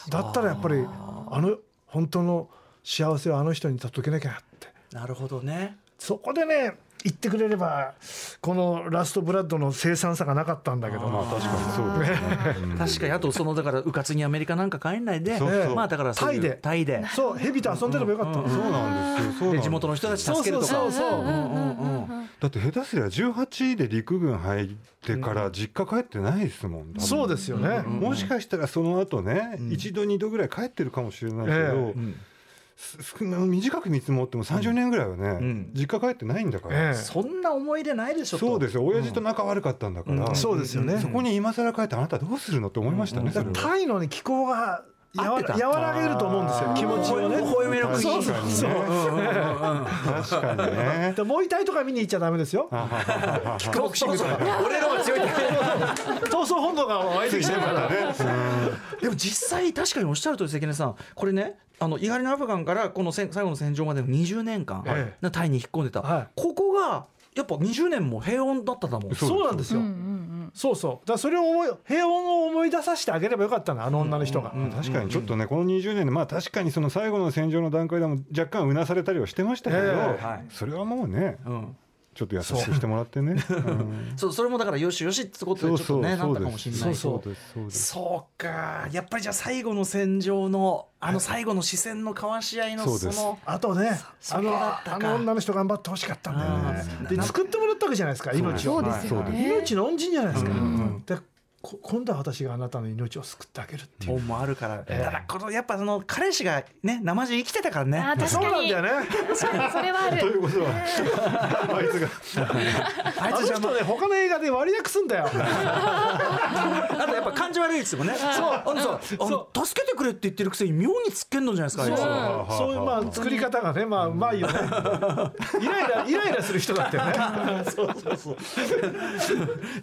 Speaker 5: だったらやっぱりあの本当の幸せをあの人に届けなきゃって
Speaker 2: なるほどね
Speaker 5: そこでね言ってくれればこの「ラストブラッド」の凄惨さがなかったんだけ
Speaker 4: *laughs*
Speaker 5: ど
Speaker 4: まあ確かにそうですね。うん
Speaker 2: 確かにあとそのだからうかつにアメリカなんか帰んないで
Speaker 4: そうそう
Speaker 2: まあだからそういう
Speaker 5: タイで
Speaker 2: タイで
Speaker 5: そうヘビと遊んでればよかったの
Speaker 4: そうなんですよ。そうなん
Speaker 2: で
Speaker 4: です
Speaker 2: 地元の人たち助けるとか
Speaker 5: そうそうそう
Speaker 2: うんうんうんうん
Speaker 4: だって下手すりゃ18で陸軍入ってから実家帰ってないですもん。多分
Speaker 5: そうですよね
Speaker 4: もしかしたらその後ね、一度二度ぐらい帰ってるかもしれないけど、
Speaker 5: え
Speaker 2: うん
Speaker 4: す少な短く見積もっても30年ぐらいはね、
Speaker 2: ん
Speaker 4: 実家帰ってないんだから、
Speaker 5: ええ
Speaker 2: そんな思い出ないでしょと
Speaker 4: そうですよ親父と仲悪かったんだから、
Speaker 2: うん
Speaker 5: そうですよね
Speaker 4: そこに今更帰ってあなたどうするのって思いましたね、それは
Speaker 5: タイのね気候がや
Speaker 2: 合っ
Speaker 5: わ
Speaker 2: てた
Speaker 5: 和らげると思うんですよ気持ちをね
Speaker 2: ほほえめの国
Speaker 5: そうそうそう
Speaker 4: 確かにね
Speaker 5: *laughs* でモイタイとか見に行っちゃダメですよ
Speaker 2: キックボクシングとか俺の方が強いって
Speaker 5: 闘争本能が湧いてきてるから
Speaker 2: でも実際確かにおっしゃるとり関根さんこれねあのイガリのアフガンからこのせん最後の戦場までの20年間、
Speaker 5: え
Speaker 2: タイに引っ込んでた、
Speaker 5: はい
Speaker 2: ここがやっぱ20年も平穏だったんだもん
Speaker 5: そうなんですよそうそうだからそれを思い平穏を思い出させてあげればよかったのあの女の人が
Speaker 4: 確かにちょっとねこの20年でまあ確かにその最後の戦場の段階でも若干うなされたりはしてましたけど、
Speaker 5: ええ
Speaker 2: はい
Speaker 4: それはもうね
Speaker 2: うん、
Speaker 4: ちょっと優しくしてもらってね、うん
Speaker 2: そうそれもだからよしよしってことでちょっとねなったかもしれない
Speaker 4: そう
Speaker 2: し
Speaker 4: そうですそうです
Speaker 2: そうかやっぱりじゃあ最後の戦場のあの最後の視線の交わし合いの
Speaker 4: そう
Speaker 2: そ
Speaker 4: です
Speaker 2: の
Speaker 5: あとね
Speaker 2: そ
Speaker 5: あ
Speaker 2: こ
Speaker 5: の
Speaker 2: だったか
Speaker 5: あの女の人頑張ってほしかったんだよ
Speaker 2: あ
Speaker 5: ねで作ってもらったわけじゃないですか命
Speaker 6: そ
Speaker 5: を
Speaker 6: うですよね。
Speaker 5: 命の恩人じゃないですかでこ今度は私があなたの命を救ってあげるっていう
Speaker 2: 本もあるから、
Speaker 5: ええ
Speaker 2: ただこのやっぱその彼氏がね生地生きてたからね
Speaker 6: あー確
Speaker 5: そう
Speaker 6: か
Speaker 5: なん
Speaker 6: に
Speaker 5: だよね
Speaker 6: 確かにそれはあ
Speaker 4: とい
Speaker 6: る。
Speaker 4: うことはあいつが
Speaker 2: あ
Speaker 5: あ
Speaker 2: い
Speaker 5: の
Speaker 2: つじゃあもう
Speaker 5: 人ね他の映画で割り訳すんだよ
Speaker 2: あとやっぱ感じ悪いですもんねそうあのさ助けてくれって言ってるくせに妙につっけんのじゃないですかあいつ
Speaker 5: そうそういうまあ作り方がねまあうまいよねイライライライラする人だったよね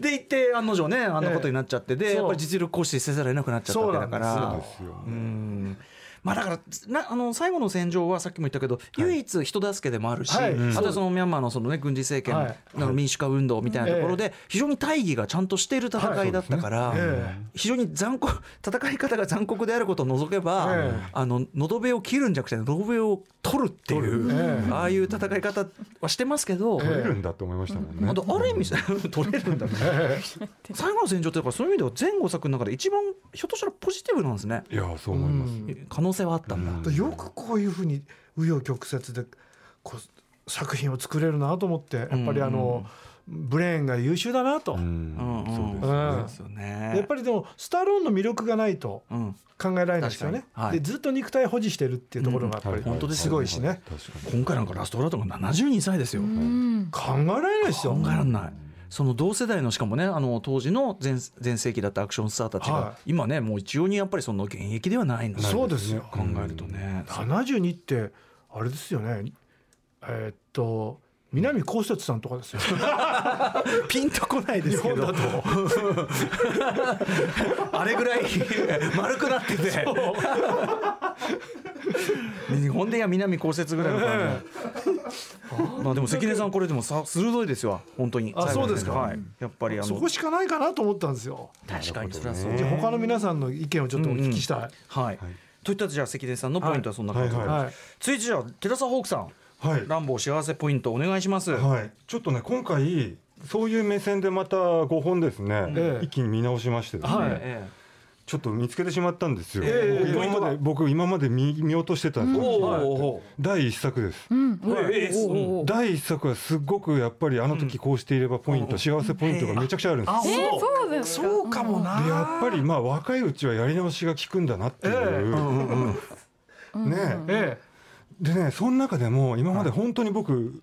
Speaker 2: で行って案の定ねあんなことになっちゃってでやっぱり実力行使せざるを得なくなっちゃったわけだから
Speaker 5: そう
Speaker 4: なんですよ
Speaker 2: うんまあだからなあの最後の戦場はさっきも言ったけど、唯一人助けでもあるし、
Speaker 5: はい
Speaker 2: あとはそのミャンマーのその、ね、軍事政権、
Speaker 5: はい
Speaker 2: あの民主化運動みたいなところで、非常に大義がちゃんとしている戦いだったから、
Speaker 5: いそうですねえ
Speaker 2: 非常に残酷 *laughs* 戦い方が残酷であることを除けば、
Speaker 5: ええ
Speaker 2: あの喉笛を切るんじゃなくて喉笛を取るっていう、
Speaker 5: ええ
Speaker 2: ああいう戦い方はしてますけど。
Speaker 4: 取れるんだって思いましたもんね。
Speaker 2: あとある意味 *laughs* 取れるんだね最後の戦場ってだからそういう意味では前後作の中で一番ひょっとしたらポジティブなんですね
Speaker 4: いやそう思います。
Speaker 2: 可能性はあったんだ、
Speaker 4: うん
Speaker 5: よくこういうふうに紆余曲折でこう作品を作れるなと思ってやっぱりあのブレーンが優秀だなと、
Speaker 4: うん
Speaker 2: うんうん
Speaker 4: そうで
Speaker 2: そ
Speaker 4: す
Speaker 2: うですよね。
Speaker 5: やっぱりでもスタローンの魅力がないと
Speaker 2: うん、
Speaker 5: 考えられないですよね
Speaker 2: 確、かにはい
Speaker 5: でずっと肉体保持してるっていうところがやっぱり、
Speaker 4: はい本当です
Speaker 2: よ
Speaker 5: すごいしね、
Speaker 4: 確かに。
Speaker 2: 今回なんかラストラートが72歳ですよ。
Speaker 6: うん。
Speaker 5: 考えられないですよ
Speaker 2: 考えらんない。その同世代のしかもねあの当時の全全盛期だったアクションスターたちが、
Speaker 5: は
Speaker 2: 今ねもう一様にやっぱりその現役ではないので
Speaker 5: そうですよ
Speaker 2: 考えるとね、
Speaker 5: 72ってあれですよねえーっと南こうせつさんとかですよ
Speaker 2: ピンとこないですけどあれぐらい *laughs* 丸くなってて *laughs* 日本でや南こうせつぐらいの感じまあでも関根さんこれでもさ鋭いですよ本当に
Speaker 5: あそうですか
Speaker 2: はい、やっぱりあの
Speaker 5: そこしかないかなと思ったんですよ
Speaker 2: 確かにそれはそう
Speaker 5: じゃあ他の皆さんの意見をちょっとお聞きしたい、
Speaker 2: はい、といったじゃあ関根さんのポイントはそんな感じで、
Speaker 4: はい
Speaker 5: はい
Speaker 2: 続いてじゃあ寺澤ホークさん、
Speaker 4: はい
Speaker 2: ランボー幸せポイントお願いします、
Speaker 4: はい。ちょっとね今回そういう目線でまた5本です
Speaker 5: え
Speaker 4: ね。
Speaker 5: え
Speaker 4: 一気に見直しましてです
Speaker 5: はい
Speaker 4: ね。
Speaker 2: え
Speaker 4: ちょっと見つけてしまったんですよ。
Speaker 2: ええ
Speaker 4: 僕今まで僕今まで見見落としてたんで
Speaker 2: え
Speaker 4: す
Speaker 2: おうお
Speaker 4: よ。
Speaker 2: うおう
Speaker 4: 第一作です。
Speaker 6: うん。お
Speaker 2: はいええ
Speaker 6: おおお。
Speaker 4: 第一作はすっごくやっぱりあの時こうしていればポイント、
Speaker 2: うん
Speaker 4: 幸せポイントがめちゃくちゃあるんです
Speaker 5: あ
Speaker 4: よ。
Speaker 6: えー、
Speaker 5: ほんと
Speaker 6: そうだよ。
Speaker 5: そうかもな
Speaker 4: でやっぱりまあ若いうちはやり直しが効くんだなっていう、ねえ
Speaker 5: え
Speaker 4: でねその中でも今まで本当に僕、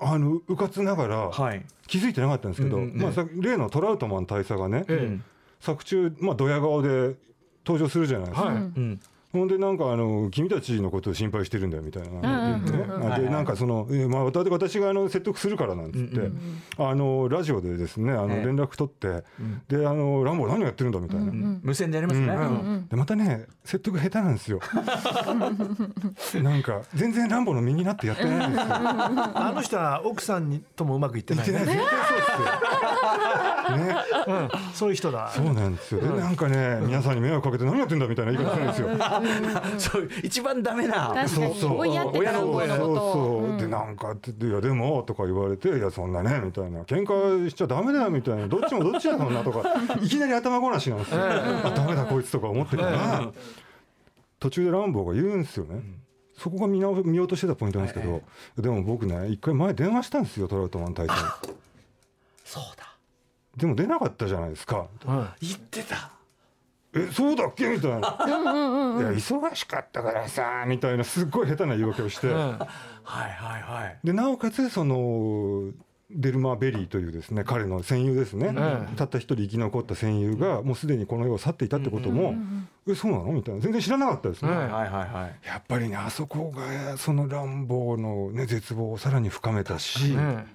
Speaker 4: あのうかつながら
Speaker 2: はい、
Speaker 4: 気づいてなかったんですけど、
Speaker 2: うんうんうん
Speaker 4: まあ、さ例のトラウトマン大佐がね、
Speaker 5: ええ
Speaker 2: うん
Speaker 4: 作中、まあ、ドヤ顔で登場するじゃないですか、
Speaker 5: はい
Speaker 2: うん
Speaker 4: ほんでなんかあの君たちのことを心配してるんだよみたいな、
Speaker 6: うんうんうんうん
Speaker 4: ねでなんかその、えーまあ、私私があの説得するからなんつって、あのラジオでですねあの
Speaker 2: ええ
Speaker 4: 連絡取って、であの「ランボー何やってるんだ」みたいな、
Speaker 2: うん無線でやりますね、
Speaker 4: うんでまたね説得下手なんです *laughs* よなんか全然ランボーの身になってやってないんですよ
Speaker 5: あの人は奥さんにともうまくいって
Speaker 4: 言
Speaker 5: な
Speaker 4: って *laughs*
Speaker 5: い
Speaker 4: ない
Speaker 5: ね
Speaker 4: 絶対そうですよね
Speaker 5: そういう人だ
Speaker 4: そうなんですよでなんかね皆さんに迷惑かけて何やってんだみたいな言い方するんです
Speaker 2: *laughs*
Speaker 4: よ
Speaker 2: そういう一番ダメな
Speaker 6: 確かに追いやってた
Speaker 2: 親
Speaker 6: ら
Speaker 2: の
Speaker 6: こ
Speaker 2: 声
Speaker 6: の
Speaker 4: そ
Speaker 6: こ
Speaker 4: う
Speaker 6: とを
Speaker 4: そう、でなんかって「いやでも」とか言われて「いやそんなね」みたいな「喧嘩しちゃダメだよ」みたいな「どっちもどっちだそんな」と
Speaker 6: *laughs*
Speaker 4: かいきなり頭ごなしなんですよ「あダメだこいつ」とか思ってたら途中でランボーが言うんですよね。そこが見直見落としてたポイントなんですけど、でも僕ね一回前電話したんですよトラウトマン大佐に
Speaker 2: そうだ
Speaker 4: でも出なかったじゃないですか
Speaker 5: は
Speaker 2: 言ってた
Speaker 4: えそうだっけみたいな「いや忙しかったからさ」みたいなすっごい下手な言い訳をして、
Speaker 2: はいはいはい
Speaker 4: でなおかつそのデルマ・ベリーというですね彼の戦友ですね、
Speaker 5: ん
Speaker 4: たった一人生き残った戦友がもうすでにこの世を去っていたってことも、えそうなのみたいな全然知らなかったですね、
Speaker 5: うん
Speaker 2: はいはいはい
Speaker 4: やっぱりねあそこがその乱暴の、ね、絶望をさらに深めたし、
Speaker 5: いね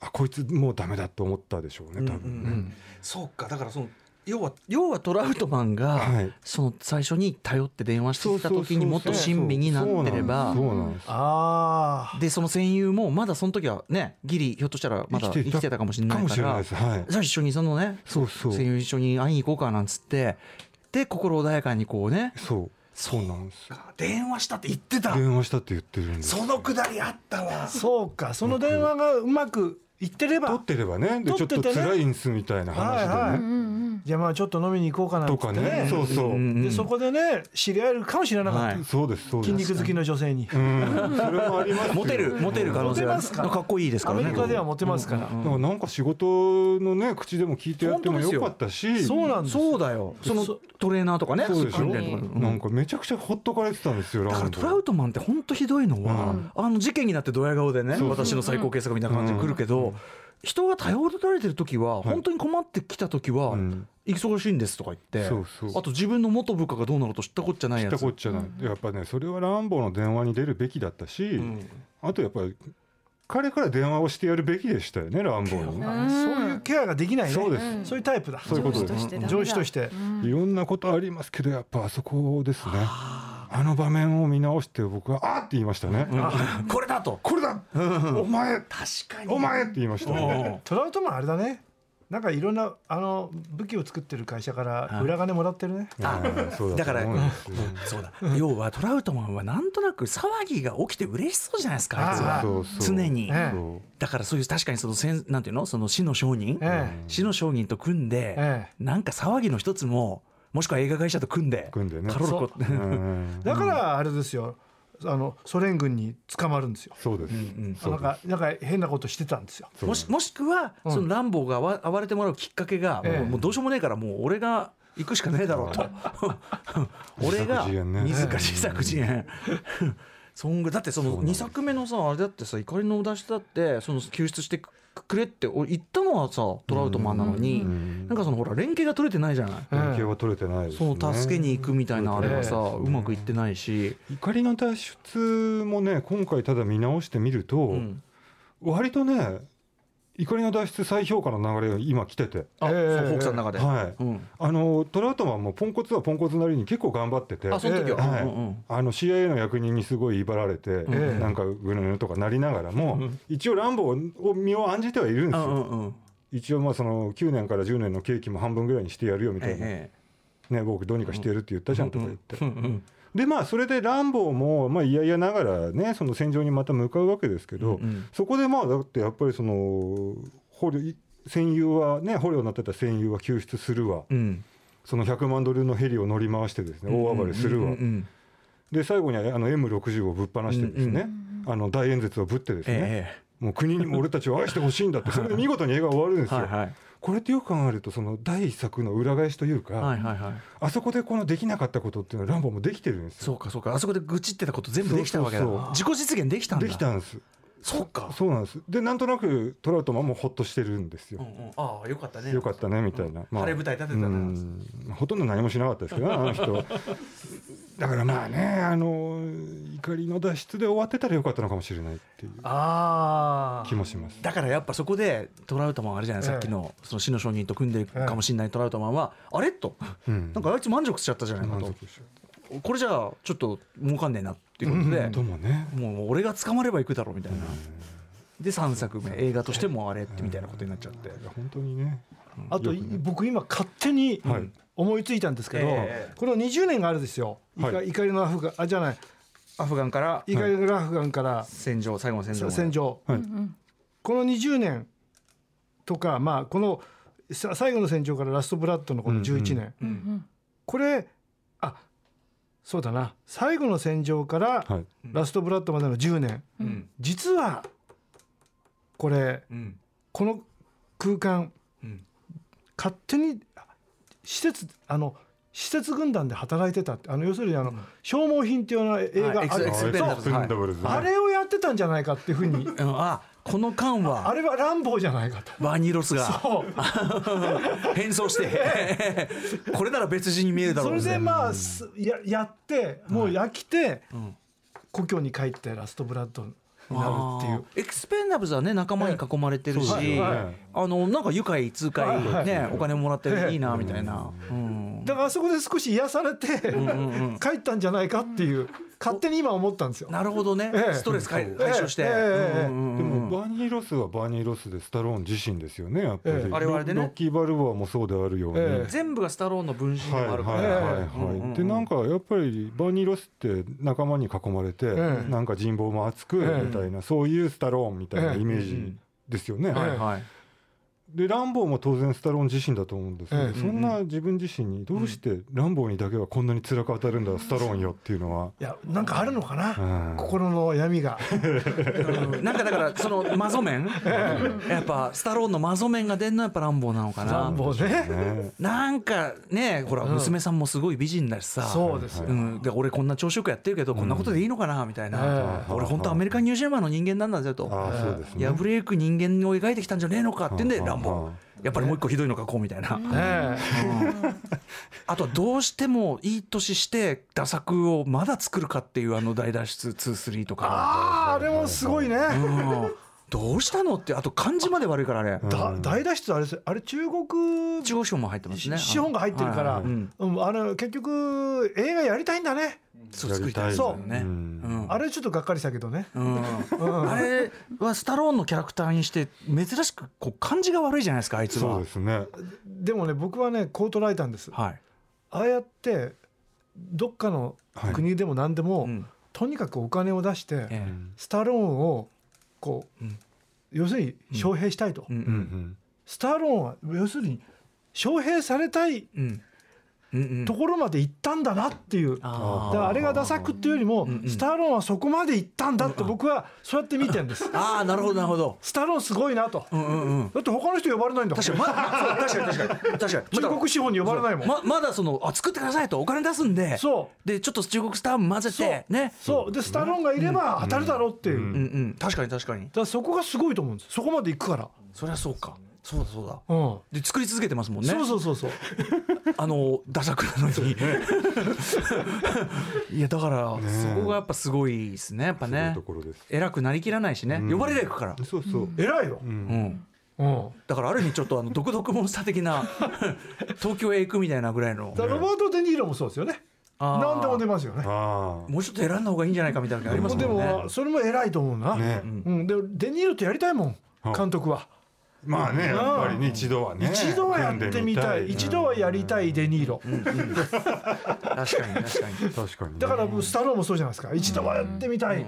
Speaker 4: あこいつもうダメだと思ったでしょうね多分ね、
Speaker 2: うんうんうんそうかだからその要は要はトラウトマンが、
Speaker 4: はい
Speaker 2: その最初に頼って電話してきた時にもっと親身になってれば
Speaker 4: そうなんです
Speaker 5: あ
Speaker 2: でその戦友もまだその時はねギリひょっとしたらまだ生きてたかもしれない
Speaker 4: かも
Speaker 2: か
Speaker 4: しれない
Speaker 2: ら
Speaker 4: ですはい
Speaker 2: じゃあ一緒にそのね
Speaker 4: そうそう
Speaker 2: 戦友一緒に会いに行こうかなんつってで心穏やかにこうね
Speaker 4: そうそうなんですよ
Speaker 2: 電話したって言ってた
Speaker 4: 電話したって言ってるんです
Speaker 2: のくだりあったわ
Speaker 5: あそうかその電話がうまくいってれ
Speaker 4: 撮
Speaker 5: ば
Speaker 4: ってればねでちょっと
Speaker 5: 撮っててね
Speaker 4: 辛いんすみたいな話でね、
Speaker 5: はいはい
Speaker 6: うん
Speaker 5: じゃあまあちょっと飲みに行こうかな
Speaker 4: と
Speaker 5: っつ
Speaker 4: か
Speaker 5: って
Speaker 4: ね
Speaker 5: ね
Speaker 4: そうそう、
Speaker 2: うん
Speaker 5: でそこでね知り合えるかもしれなかっ
Speaker 2: は
Speaker 5: た
Speaker 2: い
Speaker 4: そうですそうです
Speaker 5: 筋肉好きの女性に
Speaker 4: うん、それもありますよ
Speaker 2: モテるモテる可能性は
Speaker 5: モテますから
Speaker 2: かっこいいですか
Speaker 5: ア
Speaker 2: ら
Speaker 5: メ
Speaker 2: ね
Speaker 5: リカではモテますから
Speaker 4: だからなんか仕事のね口でも聞いてやってもよかったし
Speaker 5: そうなんです
Speaker 2: そうだよそのトレーナーとかね
Speaker 4: そうでしょ、
Speaker 2: 訓練とかうん
Speaker 4: なんかめちゃくちゃほっとかれてたんですよ
Speaker 2: だから
Speaker 4: ラン
Speaker 2: トラウトマンって本当ひどいのは、あの事件になってドヤ顔でね、
Speaker 4: そう
Speaker 2: 私の最高傑作みたいな感じで来るけど、人が頼られてる時は、本当に困ってきた時は、
Speaker 4: うん
Speaker 2: 忙しいんですとか言って、
Speaker 4: そうそう
Speaker 2: あと自分の元部下がどうなると知ったこっちゃない
Speaker 4: 知っ
Speaker 2: や
Speaker 4: た
Speaker 2: つ
Speaker 4: こっちゃない、やっぱねそれはランボーの電話に出るべきだったし、
Speaker 2: ん
Speaker 4: あとやっぱり彼から電話をしてやるべきでしたよねランボーにね、
Speaker 5: あそういうケアができないね
Speaker 4: そうです、
Speaker 5: そういうタイプだ
Speaker 4: そういうことです
Speaker 5: 上司として
Speaker 4: いろんなことありますけどやっぱあそこですねあの場面を見直して僕は「あっ!」って言いましたね「あ
Speaker 2: あこれだと
Speaker 4: これだお前
Speaker 2: 確か
Speaker 4: お前!」って言いましたね
Speaker 5: トラウトマンあれだねなんかいろんなあの武器を作ってる会社か
Speaker 2: は
Speaker 5: ら
Speaker 2: い
Speaker 5: 裏金もらってるね
Speaker 2: あ
Speaker 4: うんそう
Speaker 2: だから、
Speaker 4: と
Speaker 2: う
Speaker 4: 思
Speaker 2: ん
Speaker 4: うんですよ
Speaker 2: そうだ要はトラウトマンはなんとなく騒ぎが起きて嬉しそうじゃないですかあいつは
Speaker 5: あ
Speaker 4: そうそう
Speaker 2: 常に、
Speaker 5: ええ
Speaker 4: そう
Speaker 2: だからそういう確かにそのせんなんていうのその死の商人、
Speaker 5: え
Speaker 2: 死の商人と組んで、
Speaker 5: ええ
Speaker 2: なんか騒ぎの一つももしくは映画会社と組んで
Speaker 4: 組んでね
Speaker 2: カロルコ
Speaker 5: そ
Speaker 4: うん
Speaker 5: えだからあれですよあのソ連軍に捕まるんですよ
Speaker 4: そうです、
Speaker 2: ん
Speaker 4: そう
Speaker 5: な
Speaker 4: で
Speaker 5: ん
Speaker 4: す
Speaker 5: かなんか変なことしてたんですよ
Speaker 4: そ
Speaker 2: *laughs*
Speaker 4: う
Speaker 2: もしもしくは、そのランボーがわ暴れてもらうきっかけが、
Speaker 5: ええ
Speaker 2: もうもうどうしようもねえからもう俺が行くしかねえだろうと *laughs* 俺が
Speaker 4: 自作自演ね
Speaker 2: 自ら自作自演 *laughs* そんぐだってその2作目のさあれだってさ怒りの出しだってその救出してくくれってお言ったのはさトラウトマンなのに、
Speaker 4: ん
Speaker 2: なんかそのほら連携が取れてないじゃない。
Speaker 5: ええ
Speaker 4: 連携は取れてないです、
Speaker 2: そ
Speaker 4: ね、
Speaker 2: の助けに行くみたいなあれがさ、
Speaker 5: え
Speaker 2: うまくいってないし、
Speaker 4: 怒りの脱出もね今回ただ見直してみると、
Speaker 2: うん
Speaker 4: 割とね怒りの脱出再評価の流れが今来てて、
Speaker 2: あ、
Speaker 5: ええ
Speaker 2: そうホークさんの中で、
Speaker 4: はい
Speaker 2: うん、
Speaker 4: あのトラウトマンもポンコツはポンコツなりに結構頑張ってて
Speaker 2: あその時は、
Speaker 4: はい
Speaker 2: うんうん
Speaker 4: あの CIA の役人にすごい威張られて、
Speaker 5: ええ
Speaker 4: なんかぐぬぬとかなりながらも、一応乱暴を身を案じてはいるん
Speaker 2: う
Speaker 4: です
Speaker 2: ん、う
Speaker 4: よ、
Speaker 2: んうんうん、
Speaker 4: 一応まあその9年から10年の刑期も半分ぐらいにしてやるよみたいな、
Speaker 2: え
Speaker 4: ね、僕どうにかしてやるって言ったじゃんとか言って、
Speaker 2: え、うんうん、
Speaker 4: でまあそれでランボーもまあいやいやながらねその戦場にまた向かうわけですけど、
Speaker 2: うんうん
Speaker 4: そこでまあだってやっぱりその捕虜戦友はね捕虜になってた戦友は救出するわ、
Speaker 2: うん、
Speaker 4: その100万ドルのヘリを乗り回してですね大暴れするわ、
Speaker 2: うんうん
Speaker 4: で最後にはあの M60 をぶっ放してですね、あの大演説をぶってですね、
Speaker 2: ええ
Speaker 4: もう国にも俺たちを愛してほしいん
Speaker 2: *laughs*
Speaker 4: だってそれで見事に映画終わるんですよ。
Speaker 2: はいはい
Speaker 4: これってよく考えるとその第一作の裏返しというか、
Speaker 2: はいはいはい
Speaker 4: あそこでこのできなかったことっていうのはランボーもできてるんですよ。
Speaker 2: そうかそうかあそこで愚痴ってたこと全部できたわけだ
Speaker 4: そうそうそう
Speaker 2: 自己実現できたんだ
Speaker 4: できたんです。
Speaker 2: そうか
Speaker 4: そうなんです。でなんとなくトラウトマンもほっとしてるんです
Speaker 2: う
Speaker 4: よ。
Speaker 2: んうん、ああよかったね
Speaker 4: よかったねみたいな。まあ
Speaker 2: 晴れ舞台立てたな、
Speaker 4: うんほとんど何もしなかったですけどねあ
Speaker 2: *laughs*
Speaker 4: の人。だからまあねあの怒りの脱出で終わってたらよかったのかもしれないっていう
Speaker 5: あ
Speaker 4: 気もします。
Speaker 2: だからやっぱそこでトラウトマンあれじゃない、
Speaker 5: ええ
Speaker 2: さっきのその死の証人と組んでるかもしれないトラウトマンは、あれと、
Speaker 4: うん
Speaker 2: なんかあいつ満足しちゃったじゃないか
Speaker 4: 満
Speaker 2: と
Speaker 4: 足しちゃう
Speaker 2: これじゃあちょっと儲かんねえなっていうことで、
Speaker 4: ともね。
Speaker 2: もう俺が捕まれば行くだろうみたいな、で3作目映画としてもあれってみたいなことになっちゃって。
Speaker 4: いや本当にね
Speaker 5: あと僕今勝手に
Speaker 4: はい
Speaker 5: 思いついたんですけど、
Speaker 2: ええ
Speaker 5: この20年があるんですよ、いか
Speaker 4: はい
Speaker 5: 怒りのアフガンあじゃない
Speaker 2: アフガンから
Speaker 5: 怒りのアフガンから
Speaker 2: 戦場最後の戦場まで
Speaker 5: 戦場、
Speaker 4: はい
Speaker 5: この20年とかまあこのさ最後の戦場からラストブラッドのこの11年、
Speaker 2: うん
Speaker 5: これあそうだな最後の戦場から
Speaker 4: はい
Speaker 5: ラストブラッドまでの10年
Speaker 2: うん
Speaker 5: 実はこれ
Speaker 2: うん
Speaker 5: この空間
Speaker 2: うん
Speaker 5: 勝手にあ施設あの施設軍団で働いてたってあの要するにあの、消耗品っていうような映画、
Speaker 2: はいエク
Speaker 5: あ
Speaker 2: スエ
Speaker 5: る
Speaker 2: クス
Speaker 5: そう
Speaker 2: ペンダブルズはい
Speaker 4: エクスペンダブルズね
Speaker 5: あれをやってたんじゃないかっていうふうに
Speaker 2: うんあこの間
Speaker 5: あ
Speaker 2: は
Speaker 5: れはランボーじゃない
Speaker 2: *laughs*
Speaker 5: かと。
Speaker 2: バーニーロスが
Speaker 5: そう
Speaker 2: 変装して
Speaker 5: *laughs*
Speaker 2: これなら別人に見えるだろ
Speaker 5: そうれ
Speaker 2: みた
Speaker 5: で
Speaker 2: いな
Speaker 5: まあすややってもう飽きて、
Speaker 2: ん
Speaker 5: 故郷に帰ってラストブラッドになるっていう
Speaker 2: あーエクスペンダブルズはね仲間に囲まれてるし、
Speaker 4: はいはい
Speaker 2: あのなんか愉快痛快ね、
Speaker 5: はい
Speaker 2: お金もらってるいいなみたいな、うん
Speaker 5: だからあそこで少し癒されて、 *laughs* 帰ったんじゃないかっていう勝手に今思ったんですよ。
Speaker 2: なるほどね、
Speaker 5: ええ
Speaker 2: ストレス解解消して、
Speaker 5: ええええええ
Speaker 2: うん
Speaker 4: で
Speaker 2: うんうん
Speaker 4: もバーニー・ロスはバーニー・ロスでスタローン自身ですよねやっぱり、
Speaker 5: ええ
Speaker 2: あれはあれでね
Speaker 4: ロッキー・バルボアもそうであるように、
Speaker 5: え
Speaker 2: *laughs*
Speaker 5: え
Speaker 2: 全部がスタローンの分身で
Speaker 4: はい
Speaker 2: もあ
Speaker 4: はい
Speaker 2: るから、
Speaker 4: はい
Speaker 2: うんう
Speaker 4: はい、
Speaker 2: んうん
Speaker 4: でなんかやっぱりバーニー・ロスって仲間に囲まれて、
Speaker 5: ええ
Speaker 4: なんか人望も厚くみ
Speaker 5: ええ
Speaker 4: たいな、そういうスタローンみたいな
Speaker 5: ええ
Speaker 4: イメージですよね、
Speaker 5: え
Speaker 2: はいはい
Speaker 4: でランボーも当然スタローン自身だと思うんですけど、
Speaker 5: ええ
Speaker 4: そんな自分自身にどうしてランボーにだけはこんなに辛く当たるんだスタローンよっていうのは。
Speaker 5: いやなんかあるのかな、
Speaker 4: うん
Speaker 5: 心の闇が。
Speaker 2: うんなんかだからそのマゾ面やっぱスタローンのマゾ面が出んのはやっぱランボーなのか
Speaker 5: ラ
Speaker 2: な
Speaker 5: ンボーね。
Speaker 4: ね
Speaker 2: なんかねほら
Speaker 5: うん
Speaker 2: 娘さんもすごい美人だしさ、
Speaker 5: そうですよ。
Speaker 2: うん、で俺こんな朝食やってるけどこんなことでいいのかなみたいな、
Speaker 4: うん
Speaker 2: 俺本当アメリカンニュージェルマンの人間なんだぜと、
Speaker 4: ああそうです
Speaker 2: い
Speaker 4: ね
Speaker 2: やブレイク人間を描いてきたんじゃねえのかってんで
Speaker 4: うん
Speaker 2: 乱暴やっぱりもう一個ひどいの書こうみたいな、
Speaker 5: え
Speaker 2: あとはどうしてもいい年して打作をまだ作るかっていうあの大脱出23と
Speaker 5: *laughs*
Speaker 2: か、
Speaker 5: あああれもすごいね。
Speaker 2: うんどうしたのってあと漢字まで悪いからあれ、
Speaker 5: だ大脱出あれですあれ中国
Speaker 2: 中国資本も入ってますね
Speaker 5: 資本が入ってるから、
Speaker 2: はいはいはいうん
Speaker 5: うんあの結局映画やりたいんだね。
Speaker 2: そう作りたいです
Speaker 5: そ
Speaker 2: よ
Speaker 5: う
Speaker 2: ね、
Speaker 4: う
Speaker 2: うんん
Speaker 5: あれちょっとがっかりしたけどね。
Speaker 2: うんあれはスタローンのキャラクターにして珍しくこう感じが悪いじゃないですかあいつ
Speaker 4: そう
Speaker 2: は
Speaker 4: で。すね。
Speaker 5: でもね僕はねこう捉えたんです。
Speaker 2: はい
Speaker 5: ああやってどっかの
Speaker 4: はい
Speaker 5: 国でも何でも、
Speaker 2: うん
Speaker 5: とにかくお金を出して、
Speaker 2: ええ
Speaker 4: ん
Speaker 5: スタローンをこう、
Speaker 2: うん
Speaker 5: 要するに招聘したいと、
Speaker 2: う
Speaker 4: うんん
Speaker 5: スタローンは要するに招聘されたい
Speaker 2: うんうんうん
Speaker 5: ところまで行ったんだなっていう、だか
Speaker 2: あ
Speaker 5: らあれがダサくっていうよりも、
Speaker 2: うんうん
Speaker 5: スタローンはそこまで行ったんだって僕はそうやって見てるんです、
Speaker 2: ーあーなるほどなるほど。
Speaker 5: スタローンすごいなと、
Speaker 2: うんうんうん。
Speaker 5: だって他の人呼ばれないんだもん
Speaker 2: 確かにまだ確かに確かに確かに。
Speaker 5: 中国資本に呼ばれないもん、
Speaker 2: ままだそのあ作ってくださいとお金出すんで。。
Speaker 5: そう
Speaker 2: でちょっと中国スターも混ぜて
Speaker 5: そう
Speaker 2: ね。
Speaker 5: そうでスタローンがいれば当たるだろうってい
Speaker 4: う
Speaker 5: う、
Speaker 2: う
Speaker 4: ん
Speaker 5: だ
Speaker 2: んうん確かに確かに。
Speaker 5: からそこがすごいと思うんですそこまで行くから、
Speaker 2: そりゃそうか。そうだそうだ。
Speaker 5: うん
Speaker 2: で作り続けてますもんね。
Speaker 5: そうそうそうそう
Speaker 2: あのダサくなのに。 *laughs* いやだから
Speaker 4: ねえ
Speaker 2: そこがやっぱすごいですねやっぱ
Speaker 4: うん。そういう
Speaker 2: ね
Speaker 4: と。ころです。
Speaker 2: 偉くなりきらないしね
Speaker 4: うん
Speaker 2: 呼ばれりゃ行くから。
Speaker 4: そうそう。
Speaker 5: 偉いよ、
Speaker 4: うん
Speaker 2: うん。
Speaker 5: うん
Speaker 2: だからある意味ちょっとあの独特モンスター的な東京へ行くみたいなぐらいの
Speaker 5: だからロバート・デ・ニーロもそうですよね。
Speaker 2: あー
Speaker 5: 何でも出ますよね。
Speaker 4: あ
Speaker 2: もうちょっと選んだ方がいいんじゃないかみたいなのあります
Speaker 5: で
Speaker 2: もんね
Speaker 5: もそれも偉いと思うな。
Speaker 4: あね。
Speaker 5: うん、でデ・ニーロってやりたいもん
Speaker 4: はい
Speaker 5: 監督は。
Speaker 4: まあねやっぱりね一度はね。
Speaker 5: 一度はやってみたい
Speaker 4: 組んでみ
Speaker 5: 一度はやりたいデ・ニーロ。
Speaker 2: 確かに確かに
Speaker 4: 確かにね。
Speaker 5: だからスタローンもそうじゃないですか一度はやってみたい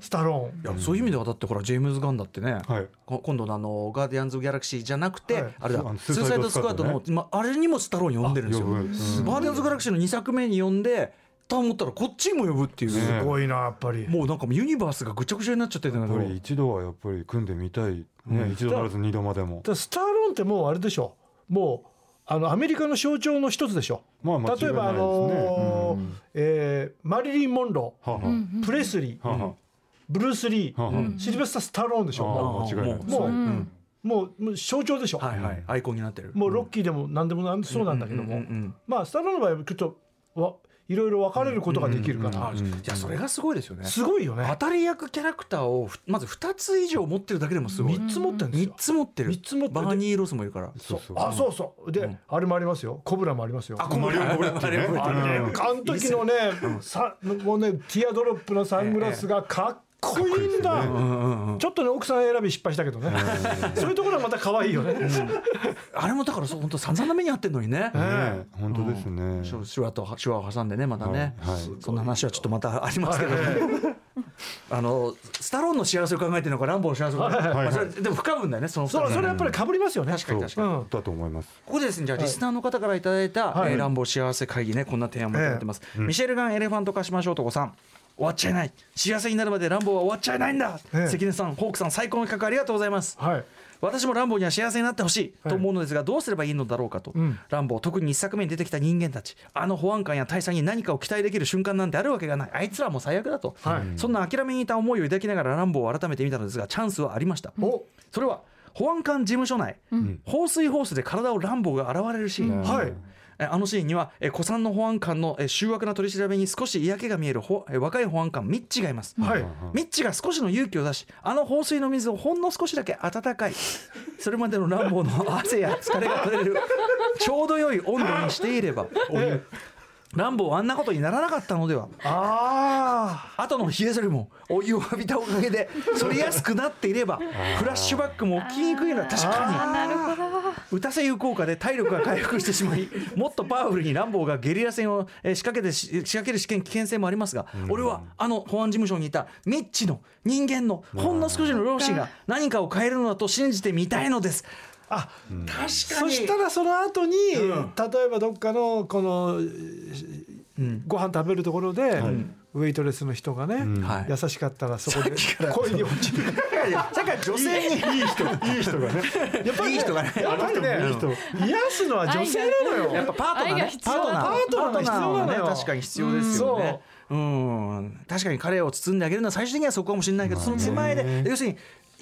Speaker 5: スタローン。
Speaker 2: いやそういう意味ではだってほらジェームズ・ガンだってね、
Speaker 4: はい
Speaker 2: こ今度のあのガーディアンズ・ギャラクシーじゃなくて、
Speaker 5: はい
Speaker 2: あれだ
Speaker 4: そうあの
Speaker 2: スーサイド・スクワットの
Speaker 4: ス、
Speaker 2: まあれにもスタローン呼んでるんですよ、
Speaker 4: あ呼ぶうん
Speaker 2: ガーディアンズ・ギャラクシーの2作目に呼んでと思ったらこっちにも呼ぶっていう、
Speaker 4: ね
Speaker 5: すごいなやっぱり。
Speaker 2: もうなんかユニバースがぐちゃぐちゃになっちゃってるん
Speaker 4: や
Speaker 2: だ
Speaker 4: っ
Speaker 2: け
Speaker 4: ぱ
Speaker 2: ど
Speaker 4: り一度はやっぱり組んでみたいね一度ならず二度までも
Speaker 5: だ。からスタローンってもうあれでしょ。もうあのアメリカの象徴の一つでしょ。
Speaker 4: まあ間違いない
Speaker 5: 例えばあのー
Speaker 4: ですね
Speaker 5: えーマリリン・モンロ
Speaker 4: はは
Speaker 5: ー、プレスリー、
Speaker 4: はは
Speaker 5: ブルース・リ
Speaker 4: は
Speaker 5: ー、
Speaker 4: は。
Speaker 5: シルベスタ・スタローンでし
Speaker 4: あ
Speaker 5: ょ。
Speaker 4: ー
Speaker 5: もう
Speaker 2: あー
Speaker 4: 間違いない
Speaker 2: もうそ
Speaker 5: もう、
Speaker 2: う
Speaker 5: もうもう象徴でしょ、
Speaker 2: はいはいアイコンになってる
Speaker 5: もうロッキーでも何でもなんでそうなんだけども、
Speaker 2: うんうん
Speaker 5: まあスタローンの場合はちょっとわいろいろ分かれることができるから、
Speaker 2: あいやそれがすごいですよね
Speaker 5: すごいよ
Speaker 2: 当
Speaker 5: ね
Speaker 2: たり役キャラクターをふまず2つ以上持ってるだけでもすごい
Speaker 5: 3つ持ってるんで
Speaker 2: 3
Speaker 5: すよ。
Speaker 2: つ持ってる
Speaker 5: 三つ持ってる
Speaker 2: バーニー・ロスもいるから
Speaker 5: そう
Speaker 4: そうそう
Speaker 5: あそうそうで、あれもありますよコブラもありますよあ
Speaker 2: マリオ・ブレッテ
Speaker 5: あの時のねさもうねティアドロップのサングラスがかっこいいんだ、
Speaker 2: ち
Speaker 5: ち
Speaker 2: ょ
Speaker 5: ょっとね奥さん選び失敗したけどね、そういうところはまた可愛いよね、
Speaker 2: あれもだからそう本当散々な目にあってんのにね。
Speaker 4: え
Speaker 5: え
Speaker 4: 本当ですね。
Speaker 2: シュワとシュワを挟んでねまたね、
Speaker 4: はいはい
Speaker 2: そんな話はちょっとまたありますけど、あのスタローンの幸せを考えてるのかランボーの幸せを考えてるのか、
Speaker 4: はい
Speaker 2: まあそれでも深むんだよねその
Speaker 5: そ
Speaker 2: 二
Speaker 5: れ
Speaker 2: 人
Speaker 5: それやっぱり被りますよね
Speaker 2: 確かに確かに、
Speaker 5: うん
Speaker 4: だと思います。
Speaker 2: ここでですねじゃあリスナーの方からいただいた、
Speaker 5: はい
Speaker 2: えーランボー幸せ会議ねこんな提案もいただいてます、ミシェルガンエレファントカシマショートコさん終わっちゃいない幸せになるまでランボーは終わっちゃいないんだ、
Speaker 5: ええ
Speaker 2: 関根さんホークさん最高の企画ありがとうございます
Speaker 5: はい
Speaker 2: 私もランボーには幸せになってほしい
Speaker 5: はい
Speaker 2: と思うのですがどうすればいいのだろうかと、
Speaker 5: うん
Speaker 2: ランボー特に一作目に出てきた人間たちあの保安官や大佐に何かを期待できる瞬間なんてあるわけがないあいつらも最悪だと、
Speaker 5: はい
Speaker 2: そんな諦めにいた思いを抱きながらランボーを改めて見たのですがチャンスはありました、
Speaker 5: お
Speaker 2: それは保安官事務所内、放水ホースで体をランボーが現れるシーン、
Speaker 5: はい
Speaker 2: えあのシーンにはえ古参の保安官のえ醜悪な取り調べに少し嫌気が見えるほえ若い保安官ミッチがいます、
Speaker 5: はい
Speaker 2: ミッチが少しの勇気を出しあの放水の水をほんの少しだけ温かいそれまでの乱暴の汗や疲れが取れるちょうど良い温度にしていれば乱暴はあんなことにならなかったのでは
Speaker 5: あ
Speaker 2: 後の冷えそりもお湯を浴びたおかげ
Speaker 4: *laughs*
Speaker 2: で反りやすくなっていればフラッシュバックも起きにくいのは確かに打たせ湯効果で体力が回復してしま
Speaker 4: *laughs*
Speaker 2: いもっとパワフルに乱暴がゲリラ戦をえー仕掛けてし仕掛ける試験危険性もありますが俺はあの保安事務所にいたミッチの人間のほんの少しの両親が何かを変えるのだと信じてみたいのです。あ確かに
Speaker 5: そしたらその後に、
Speaker 2: うん
Speaker 5: 例えばどっかのこの
Speaker 2: うん
Speaker 5: ご飯食べるところで、ウェイトレスの人がね、
Speaker 4: ん
Speaker 2: はい
Speaker 5: 優しかったらそこで
Speaker 2: さっきから
Speaker 5: 恋に落ちる
Speaker 2: だから女性に
Speaker 4: いい人、いい人がね。
Speaker 5: やっぱり、ね、
Speaker 2: *laughs* いい人がね
Speaker 5: やっぱりね
Speaker 4: いい人
Speaker 5: 癒すのは女性なのよ
Speaker 2: やっぱパートナー
Speaker 6: 愛が
Speaker 2: ね。
Speaker 6: 必要だ
Speaker 2: パートナー
Speaker 5: パートナーが必要なのよ
Speaker 2: パートナーはね確かに必要ですよね。うん、確かに彼を包んであげるのは最終的にはそこかもしれないけど、その手前で要するに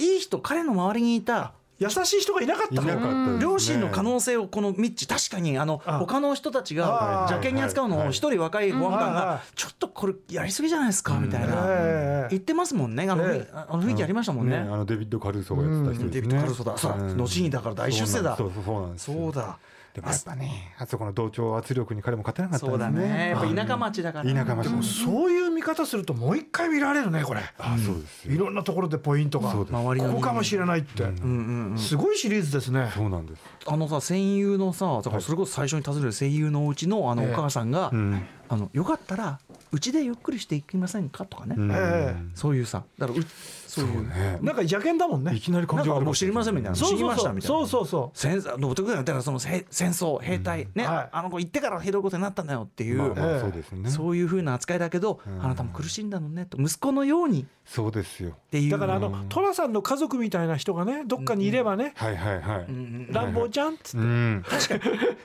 Speaker 2: いい人彼の周りにいた
Speaker 5: 優しい人がいなかっ
Speaker 4: い
Speaker 5: た
Speaker 4: なかったですね
Speaker 2: 両親の可能性をこのミッチ確かにあの
Speaker 5: あ
Speaker 2: 他の人たち
Speaker 5: あ
Speaker 2: が
Speaker 5: ー
Speaker 2: 邪険に扱うの
Speaker 4: は
Speaker 2: を
Speaker 4: いはい
Speaker 2: 一人若い保安官
Speaker 5: うんはいは
Speaker 2: がちょっとこれやりすぎじゃないですかみたいな
Speaker 5: ええ
Speaker 2: 言ってますもんねあの雰囲
Speaker 5: ええ
Speaker 2: あの雰囲気ありましたもん
Speaker 4: ね、
Speaker 2: ね。
Speaker 4: あのデビッド・カルーソがやってた人
Speaker 2: デ
Speaker 4: で
Speaker 2: ビ
Speaker 4: すね。
Speaker 2: ッド・カルソだ、そうだ
Speaker 4: うん
Speaker 2: 後にだから大出世だ
Speaker 4: そ。うそうそうなんですよ
Speaker 2: そう。だ。
Speaker 4: でもやっぱね、あそこの同調圧力に彼も勝てなかった
Speaker 2: そうだ
Speaker 4: です
Speaker 2: ね。
Speaker 4: ね。
Speaker 2: やっぱ田舎町だから。
Speaker 4: 田舎町
Speaker 5: でもそういう見方するともう一回見られるねこれ
Speaker 4: あ、そうです
Speaker 5: い
Speaker 4: よ。
Speaker 5: ろんなところでポイントが
Speaker 4: そう
Speaker 5: こ
Speaker 4: です
Speaker 2: 周りの人間
Speaker 5: こかもしれないって、
Speaker 2: うんうんうん。
Speaker 5: すごいシリーズですね
Speaker 4: そうなんです。
Speaker 2: あのさ戦友のさだからそれこそ最初に訪ねる戦友のお家のあの
Speaker 5: え
Speaker 2: お
Speaker 5: え
Speaker 2: 母さんが、
Speaker 4: ん
Speaker 2: あのよかったらうちでゆっくりしていきませんかとかね、
Speaker 4: うん
Speaker 5: え
Speaker 2: そういうさだからうそういう
Speaker 4: ね
Speaker 5: なんか邪険だもんね
Speaker 4: いきなり
Speaker 2: な
Speaker 4: 感
Speaker 2: ん
Speaker 4: 情
Speaker 2: か
Speaker 4: が
Speaker 2: もう知りませんみたいな
Speaker 5: そう
Speaker 2: 知り
Speaker 5: そう
Speaker 2: まし
Speaker 5: そ
Speaker 2: た
Speaker 5: う
Speaker 2: みたいな
Speaker 5: そうそうそ
Speaker 2: 戦争の僕だったらその戦戦争兵隊、ね、
Speaker 5: はい
Speaker 2: あの子行ってからひどいことになったんだよっていう、
Speaker 4: まあま
Speaker 5: え
Speaker 4: あ
Speaker 5: え
Speaker 4: そうですね。
Speaker 2: そういうふうな扱いだけど、
Speaker 4: ん
Speaker 2: あなたも苦しいんだのねと息子のようにっ
Speaker 4: そうですよ。
Speaker 2: ていうう
Speaker 5: だからあの寅さんの家族みたいな人がねどっかにいればね
Speaker 4: はいはいはい。
Speaker 2: うんうん
Speaker 5: 「乱暴ちゃん」っつっ
Speaker 4: うん。
Speaker 2: だか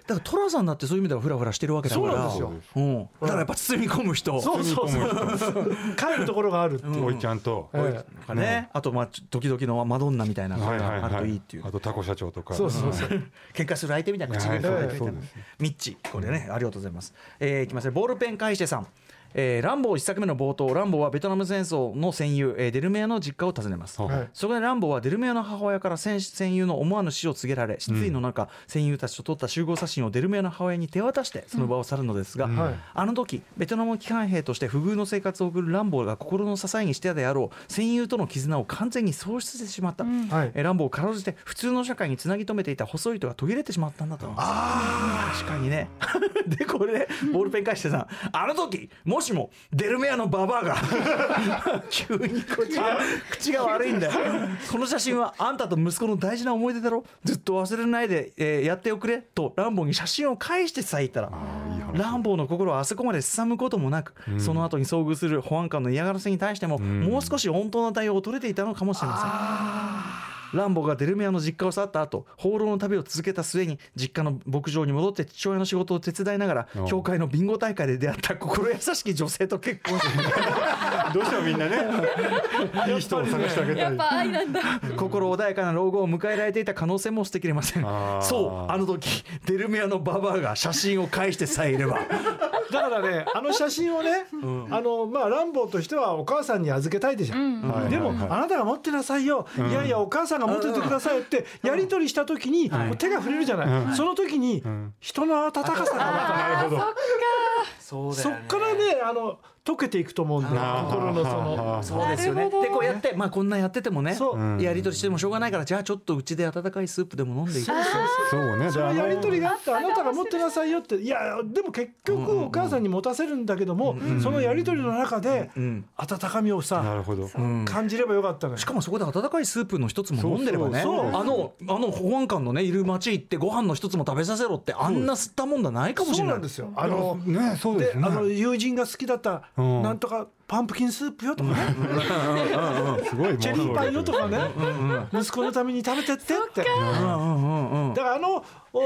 Speaker 2: ら寅さんだってそういう意味ではフラフラしてるわけだから
Speaker 5: そうなんですよ
Speaker 2: うんだからやっぱ包み込む人
Speaker 5: そうそうそう帰るところがあるっていう、
Speaker 4: おいちゃんと。
Speaker 5: ええ
Speaker 2: とかね、あとまあちょ時々のマドンナみたいなの
Speaker 4: はいはい
Speaker 2: がある
Speaker 4: は
Speaker 2: といい
Speaker 4: い
Speaker 2: っていう、。
Speaker 4: あとタコ社長とか。
Speaker 5: そうそうそう
Speaker 2: *laughs* 喧嘩する相手みたいな口
Speaker 4: はい
Speaker 2: に
Speaker 4: そうですそうです
Speaker 2: ミッチこれねありがとうございます、えー、いきますねボールペン返してさんえー、ランボー一作目の冒頭ランボーはベトナム戦争の戦友、えーデルメアの実家を訪ねます、
Speaker 4: はい
Speaker 2: そこでランボーはデルメアの母親から戦戦友の思わぬ死を告げられ失意の中、戦友たちと撮った集合写真をデルメアの母親に手渡してその場を去るのですが、
Speaker 5: はい
Speaker 2: あの時ベトナム機関兵として不遇の生活を送るランボーが心の支えにしてであろう戦友との絆を完全に喪失してしまった、
Speaker 5: はい
Speaker 2: えーランボーをかろうじて普通の社会につなぎ止めていた細い糸が途切れてしまったんだとあ確かにね *laughs* でこれボールペン返してさんあの時もしもデルメアのババアが急にこっちが口が悪いんだよこの写真はあんたと息子の大事な思い出だろずっと忘れないで、えーやっておくれとランボーに写真を返してさいたら
Speaker 4: あいい話
Speaker 2: ランボーの心はあそこまで凄むこともなく、その後に遭遇する保安官の嫌がらせに対しても、もう少し穏当な対応を取れていたのかもしれません。ランボーがデルメアの実家を去った後放浪の旅を続けた末に実家の牧場に戻って父親の仕事を手伝いなが
Speaker 4: う
Speaker 2: ら
Speaker 4: ん
Speaker 2: 教会のビンゴ大会で出会った心優しき女性と結婚し
Speaker 4: どうしてもみん
Speaker 5: *laughs*
Speaker 4: なね。いい人を探してあげた
Speaker 6: やっ
Speaker 4: い。
Speaker 6: ぱ愛なんだ
Speaker 2: 心穏やかな老後を迎えられていた可能性も捨てきれません
Speaker 4: あー
Speaker 2: そうあの時デルメアのババアが写真を返してさえいれば
Speaker 5: だからねあの写真をね、あのまあランボーとしてはお母さんに預けたいでしょ、
Speaker 4: はい
Speaker 5: でも、
Speaker 4: はい
Speaker 5: あなたが持ってなさいよ、いやいやお母さんが持っててくださいってやり取りした時に、手が触れるじゃない、その時に、人の温かさがまた
Speaker 4: なるほど。
Speaker 2: そうだよ
Speaker 5: そ
Speaker 2: ね
Speaker 5: っからねあの溶けていくと思うんだよ
Speaker 4: あー
Speaker 5: 心のそ
Speaker 4: あ
Speaker 5: の
Speaker 4: ー
Speaker 2: そうですよ
Speaker 3: な
Speaker 2: ね
Speaker 3: るほど
Speaker 2: でこうやってまあこんなんやっててもね
Speaker 5: そう
Speaker 4: うん
Speaker 2: やり取りしてもしょうがないからじゃあちょっとうちで温かいスープでも飲んでいく
Speaker 4: そうね
Speaker 5: そのやり取り
Speaker 4: が
Speaker 5: があってあなたが持ってなさいよっていやでも結局お母さんに持たせるんだけども、そのやり取りの中で
Speaker 2: うん
Speaker 5: 温かみを
Speaker 4: なる
Speaker 5: さ、
Speaker 4: ほど
Speaker 2: うん
Speaker 5: 感じればよかったのよ
Speaker 2: しかもそこで温かいスープの一つも飲んでればね
Speaker 4: そうそうそう
Speaker 2: あのあの保安官のねいる町行ってご飯の一つも食べさせろってあんな吸ったもんだないかもし
Speaker 5: そ
Speaker 2: れ
Speaker 5: う
Speaker 2: ない
Speaker 5: なんですよあの
Speaker 4: ねそうで
Speaker 5: ですあ
Speaker 4: ね
Speaker 5: の友人が好きだった
Speaker 4: うん
Speaker 5: なんとかパンプキンスープよとかね
Speaker 4: うんすごい
Speaker 5: *laughs* チェリーパイよとかね息子のために食べてってって
Speaker 2: うんうんうんうん
Speaker 5: だからあのお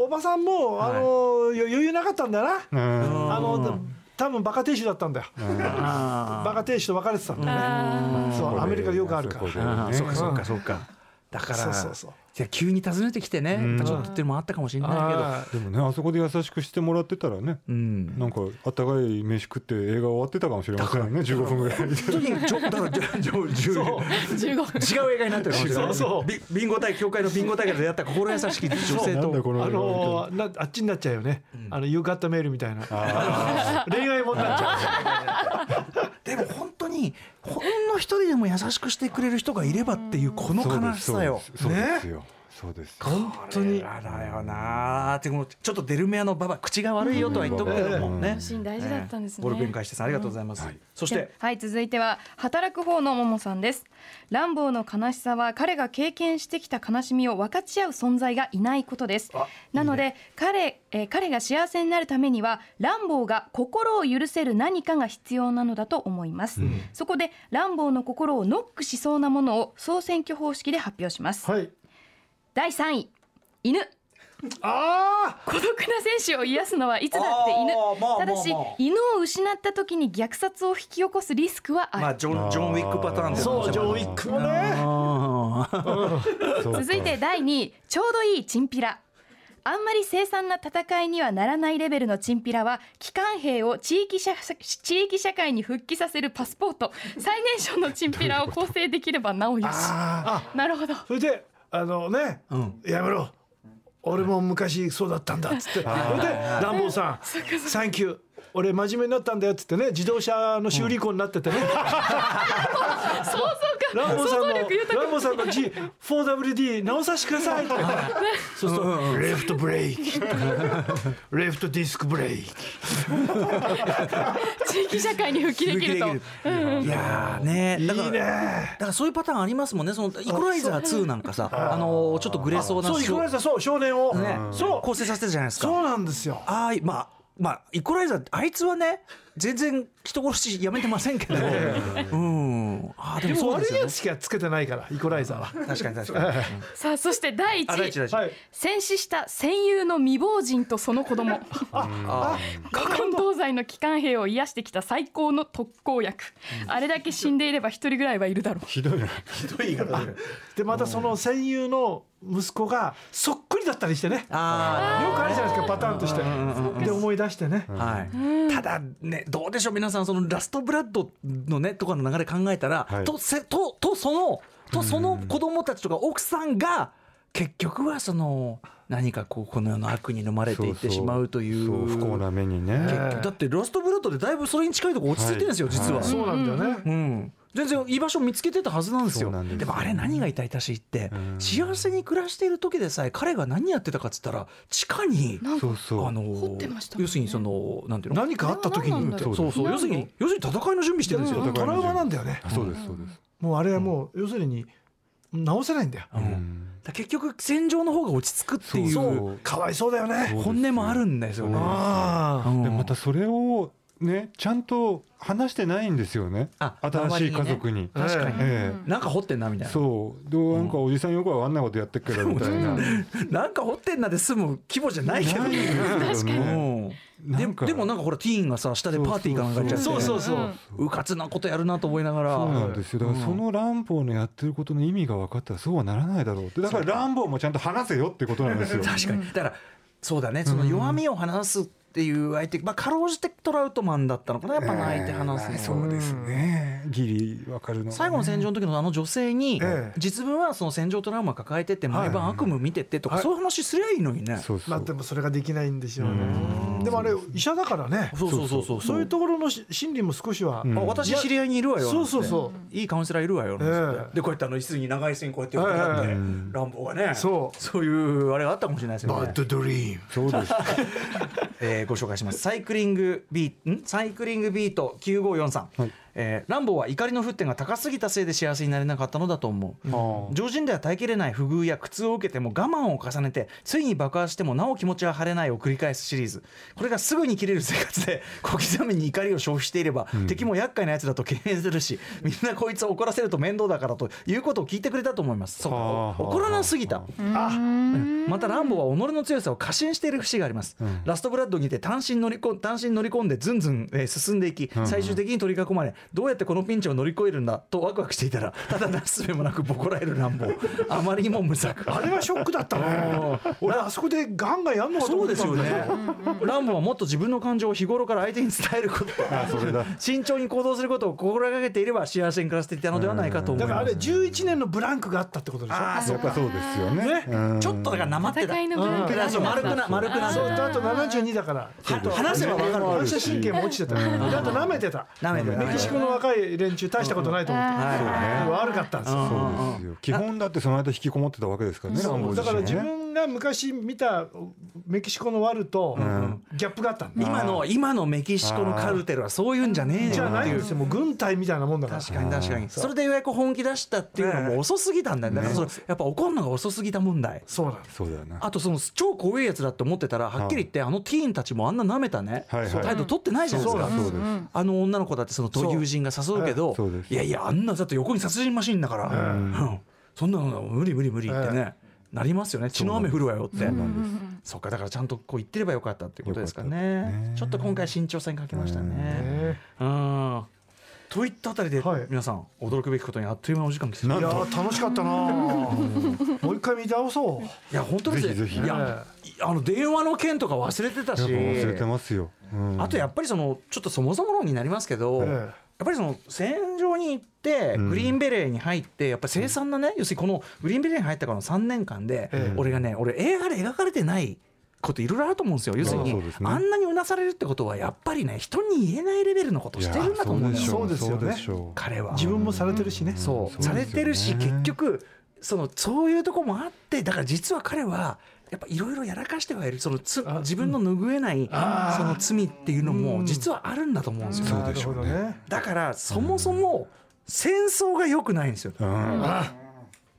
Speaker 5: おおばさんもあの余裕なかったんだな
Speaker 4: うん
Speaker 5: あの多分バカ亭主だったんだよ
Speaker 2: あ
Speaker 5: バカ亭主と別れてたんだ
Speaker 3: あー
Speaker 5: そうアメリカでよくあるか
Speaker 4: そこ
Speaker 5: ら
Speaker 2: ー
Speaker 4: で
Speaker 2: あー
Speaker 4: ね
Speaker 2: そうかそうかそうかだから
Speaker 5: そうそうそう
Speaker 2: いや急に訪ねてきてね
Speaker 4: うん
Speaker 2: やっぱちょっとっていうのもあったかもしれない
Speaker 5: あ
Speaker 4: でもねあそこで優しくしてもらってたらね
Speaker 2: けどうん
Speaker 4: なんかあったかい飯食って映画終わってたかもしれませんね15分ぐらいで
Speaker 2: 本当にちょだからじょじょじょ
Speaker 3: 15
Speaker 2: 違
Speaker 3: 分
Speaker 2: う映画になってるかもしれない
Speaker 5: そうそう
Speaker 2: ビビンゴ大協会のビンゴ大会でやった心優しき女性
Speaker 4: なんだ
Speaker 2: と
Speaker 4: この
Speaker 5: あ
Speaker 4: 映画
Speaker 5: のーなあっちになっちゃうよね、あの「You got mail」みたいな *laughs* 恋愛もんになっちゃ
Speaker 2: でも本当にほんの一人でも優しくしてくれる人がいればっていうこの悲しさよ
Speaker 4: そうですよそうです
Speaker 5: う本当に
Speaker 2: あだよなーってもうちょっとデルメアのババア口が悪いよとは言っとくけども
Speaker 4: うん
Speaker 2: ね
Speaker 3: シーン大事だったんですね
Speaker 2: ボルベン会してさんありがとうございます、そして
Speaker 3: はい続いては働く方のももさんですランボーの悲しさは彼が経験してきた悲しみを分かち合う存在がいないことですなので彼、えー彼が幸せになるためにはランボーが心を許せる何かが必要なのだと思います、そこでランボーの心をノックしそうなものを総選挙方式で発表します、
Speaker 5: うはい
Speaker 3: 第3位犬
Speaker 5: あ
Speaker 3: 孤独な選手を癒すのはいつだって犬
Speaker 2: あーまあまあまあ
Speaker 3: ただし犬を失った時に虐殺を引き起こすリスクはある、
Speaker 2: まあジョンジョンウィックパターン
Speaker 5: あ
Speaker 2: で
Speaker 5: そう
Speaker 3: *laughs*
Speaker 5: ジョン・ウィックもね
Speaker 3: 続いて第2位ちょうどいいチンピラあんまり凄惨な戦いにはならないレベルのチンピラは機関兵を地域社地域社会に復帰させるパスポート最年少のチンピラを構成できればなおよし
Speaker 5: あ
Speaker 3: なるほど
Speaker 5: それであのね、
Speaker 2: ん
Speaker 5: やめろ俺も昔そうだったんだっつってそれで「ラン
Speaker 2: *laughs*
Speaker 5: ボーさんサンキュー俺真面目になったんだよ」っつってね自動車の修理工になっててね、 *laughs*
Speaker 3: 想像
Speaker 5: ランボ
Speaker 3: が
Speaker 5: ーさ
Speaker 3: 想
Speaker 5: んの
Speaker 3: 像力豊
Speaker 5: ランボーさんの G4WD 直させてくださいってそうするとレフトブレーキレフトディスクブレーキ
Speaker 3: か地域社会に復帰できると
Speaker 2: 復帰でいやーねだから
Speaker 5: いいね
Speaker 2: だからそういうパターンありますもんねそのイコライザー2なんかさあのーちょっとグレーそうな
Speaker 5: そうイコライザーそう少年を、そう
Speaker 2: 構成させてたじゃないですか
Speaker 5: そうなんですよ
Speaker 2: あーまあまあイコライザーあいつはね全然人殺しやめてませんけどうんあーで
Speaker 5: で
Speaker 2: も
Speaker 5: も
Speaker 2: そうで
Speaker 5: 悪
Speaker 2: す
Speaker 5: い
Speaker 2: よ
Speaker 5: や
Speaker 2: ね
Speaker 5: つしかつけてないからイコライザーは
Speaker 2: 確かに確かに
Speaker 3: さあそして
Speaker 2: あ
Speaker 3: 第1
Speaker 2: 大
Speaker 3: 位
Speaker 2: 事大事
Speaker 5: はい
Speaker 3: 戦死した戦友の未亡人とその子供
Speaker 2: あ
Speaker 3: 古今東西の機関兵を癒してきた最高の特効薬、あれだけ死んでいれば一人ぐらいはいるだろう
Speaker 4: ひどいな
Speaker 5: でまたその戦友の息子がそっくりだったりしてねよく
Speaker 2: あ
Speaker 5: あるじゃないですかパターンとしてで思い出してね
Speaker 2: ーはいただねどうでしょう皆さんそのラストブラッドのねとかの流れ考えたら
Speaker 4: はい
Speaker 2: とせととそのとその子供たちとか奥さんが結局はその何かこうこの世の悪に飲まれていってしまうという
Speaker 4: そ不幸な目にね
Speaker 2: だってラストブラッドでだいぶそれに近いとこ落ち着いてるんですよ、
Speaker 4: はい
Speaker 2: 実は、
Speaker 4: はい
Speaker 5: そうなんだよね
Speaker 2: うん、全然居場所見つけてたはずなんですよ
Speaker 4: そう
Speaker 2: で
Speaker 4: なんです
Speaker 2: もあれ何が痛々しいって、
Speaker 4: うん
Speaker 2: 幸せに暮らしている時でさえ彼が何やってたかっつったら地下に、
Speaker 3: なんか
Speaker 4: そうそう
Speaker 2: あのー
Speaker 3: 掘ってましたもんね
Speaker 2: 要するにそのなんていうの
Speaker 5: 何かあった時に
Speaker 3: なんだ
Speaker 4: ろう
Speaker 2: そうそう
Speaker 3: 避難
Speaker 2: 要するに
Speaker 3: 路
Speaker 2: 要するに戦いの準備してるんですよ、
Speaker 4: うん
Speaker 5: トラウマなんだよね
Speaker 4: そうですそうです
Speaker 5: もうあれはもう要するに直せないんだよ
Speaker 2: うんだから結局戦場の方が落ち着くっていう
Speaker 4: そう
Speaker 5: かわいそうだよね
Speaker 2: 本音もあるんですよね。
Speaker 4: そう
Speaker 5: あ
Speaker 2: うん
Speaker 4: でまたそれをねちゃんと話してないんですよね
Speaker 2: あ
Speaker 4: 新しい家族に
Speaker 5: 周りにね
Speaker 2: 確かに、
Speaker 4: え
Speaker 2: なんか掘ってんなみたい
Speaker 4: え
Speaker 2: な
Speaker 4: そうどうなんかおじさんよくわかんないことやってっけどみたいな
Speaker 2: なんか掘ってんなで済む規模じゃないけど
Speaker 4: ない
Speaker 2: ね
Speaker 4: ですよね
Speaker 2: うん、で
Speaker 4: なんか
Speaker 2: でもなんかほらティーンがさ下でパーティーかなんか行っちゃ
Speaker 5: あ
Speaker 2: って
Speaker 5: そうそうそう
Speaker 2: うかつなことやるなと思いながら
Speaker 4: そうなんですよだからその乱暴のやってることの意味が分かったらそうはならないだろうって
Speaker 2: *laughs*
Speaker 4: だから乱暴もちゃんと話せよってことなんですよ
Speaker 2: 確かにだからそうだねその弱みを話すっていう相手、まあ、かろうじてトラウトマンだったのかなやっぱ
Speaker 4: え
Speaker 2: 泣い
Speaker 4: ー
Speaker 2: て話すのは、
Speaker 4: そうですねギリわかるのがね、
Speaker 2: 最後の戦場の時のあの女性に、
Speaker 5: ええ
Speaker 2: 実分はその戦場トラウマ抱えてて毎晩悪夢見ててとか、
Speaker 5: はい
Speaker 2: そういう話すりゃいいのにね、
Speaker 4: そうそう、
Speaker 5: まあでもそれができないんでしょうねでもあれ医者だからね
Speaker 2: そうそうそうそう
Speaker 5: そういうところのし心理も少しは、
Speaker 4: ん
Speaker 2: あ私知り合いにいるわよ
Speaker 5: そうそうそう
Speaker 2: なんていいカウンセラーいるわよなんつって
Speaker 5: ええ
Speaker 2: でこうやってあの椅子に長い線こうやって置いてあって
Speaker 5: ええ
Speaker 2: 乱暴がね
Speaker 5: そう
Speaker 2: そういうあれがあったかもしれないですよね
Speaker 5: ドドリーム
Speaker 4: そうです
Speaker 2: えーご紹介しますサイクリングビーんサイクリングビート9543、
Speaker 4: はい
Speaker 2: えーランボーは怒りの沸点が高すぎたせいで幸せになれなかったのだと思う、常人では耐えきれない不遇や苦痛を受けても我慢を重ねてついに爆破してもなお気持ちは晴れないを繰り返すシリーズこれがすぐに切れる生活で *laughs* 小刻みに怒りを消費していれば、敵も厄介なやつだと敬遠するしみんなこいつを怒らせると面倒だからということを聞いてくれたと思いますそう
Speaker 4: はあはあ
Speaker 2: 怒らなすぎたまたランボーは己の強さを過信している節があります、ラストブラッドにて単身乗りこ単身乗り込んでずんずん、えー進んでいき最終的に取り囲まれどうやってこのピンチを乗り越えるんだとワクワクしていたらただなすすべもなくボコられるランボーあまりにも無策
Speaker 5: *laughs* あれはショックだったね俺あそこでガンガンやんのかと
Speaker 2: そ
Speaker 5: 思
Speaker 2: う
Speaker 5: った
Speaker 2: ですよねランボーはもっと自分の感情を日頃から相手に伝えること
Speaker 4: あそれだ
Speaker 2: 慎重に行動することを心がけていれば幸せに暮らしていたのではないかと思い
Speaker 5: だから
Speaker 2: ま
Speaker 5: あ
Speaker 2: す
Speaker 5: れ11年のブランクがあったってことでしょ
Speaker 2: あー
Speaker 4: やっぱそうですよねうん
Speaker 2: ちょっとだからなまってた
Speaker 6: 戦いのブランク
Speaker 2: うんそう丸くな丸くな
Speaker 5: そうとあと72だから
Speaker 2: は話せばわかる
Speaker 5: 反射神経も落ちてたあと舐めてた
Speaker 2: 舐めてた
Speaker 5: メキシコの若い連中大したことないと思って
Speaker 6: あ
Speaker 2: はい
Speaker 5: 悪かったんですよ
Speaker 4: そうですよ基本だってその間引きこもってたわけですからね
Speaker 5: そう
Speaker 4: ランボー
Speaker 5: だ
Speaker 4: 自身は
Speaker 5: から自
Speaker 4: ね
Speaker 5: 分が昔見たメキシコのワルと
Speaker 4: ん
Speaker 5: ギャップがあったんだ
Speaker 2: 今の今のメキシコのカルテルはそういうんじゃねえ
Speaker 5: じ
Speaker 2: よ
Speaker 5: ゃ
Speaker 2: っ
Speaker 5: な
Speaker 2: て
Speaker 5: いん
Speaker 2: い
Speaker 5: で
Speaker 2: う
Speaker 5: すよもう軍隊みたいなもんだから
Speaker 2: 確かに確かにそれでようやく本気出したっていうのも遅すぎたんだよねだからそのやっぱ怒るのが遅すぎた問題
Speaker 5: そうなんです
Speaker 4: そうだよな
Speaker 2: あとその超怖いやつだって思ってたらはっきり言ってあのティーンたちもあんな舐めたね
Speaker 4: はいはい
Speaker 2: そう態度取ってないじゃないです
Speaker 4: そうだ
Speaker 2: か
Speaker 4: そうです
Speaker 2: あの女の子だってそのと友人が誘うけど
Speaker 4: そうです
Speaker 2: いやいやあんなだって横に殺人マシンだからうんそんなの無理無理無理ってねなりますよね血の雨降るわよってそっかだからちゃんとこう言ってればよかったっていうことですか
Speaker 4: よかった
Speaker 2: ね
Speaker 4: ね
Speaker 2: ちょっと今回慎重さに欠けましたね
Speaker 5: ね
Speaker 2: うんといったあたりで
Speaker 5: はい
Speaker 2: 皆さん驚くべきことにあっという間お時間来てし
Speaker 5: い
Speaker 2: ま
Speaker 5: や
Speaker 2: う
Speaker 5: ー楽しかったなあもう一回見直そう
Speaker 2: いや本当ですね
Speaker 4: ぜひぜひ
Speaker 2: いやあの電話の件とか忘れてたし
Speaker 4: やっぱ忘れてますようん
Speaker 2: あとやっぱりそのちょっとそもそも論になりますけど、
Speaker 5: ええ
Speaker 2: やっぱりその戦場に行って
Speaker 4: ん
Speaker 2: グリーンベレーに入ってやっぱり凄惨なね、要するにこのグリーンベレーに入ったからの3年間で、
Speaker 5: ええ
Speaker 2: 俺がね俺映画で描かれてないこといろいろあると思うんですよ要するに
Speaker 4: まあそうですね
Speaker 2: あんなにうなされるってことはやっぱりね人に言えないレベルのことをしてるんだと思うんですよ
Speaker 5: そうですよね
Speaker 2: 彼は。
Speaker 5: 自分もされてるしね
Speaker 2: そう
Speaker 4: そうです
Speaker 2: さ
Speaker 4: よね
Speaker 2: れてるし結局そのそういうとこもあってだから実は彼はやっぱいろいろやらかしてはいるそのつ
Speaker 5: あ
Speaker 2: 自分の拭えない
Speaker 5: あー
Speaker 2: その罪っていうの
Speaker 5: うん
Speaker 2: も実はあるんだと思うんですよ
Speaker 4: そうでしょうね
Speaker 5: なるほどね
Speaker 2: だからそもそも戦争が良くないんですよ
Speaker 4: うん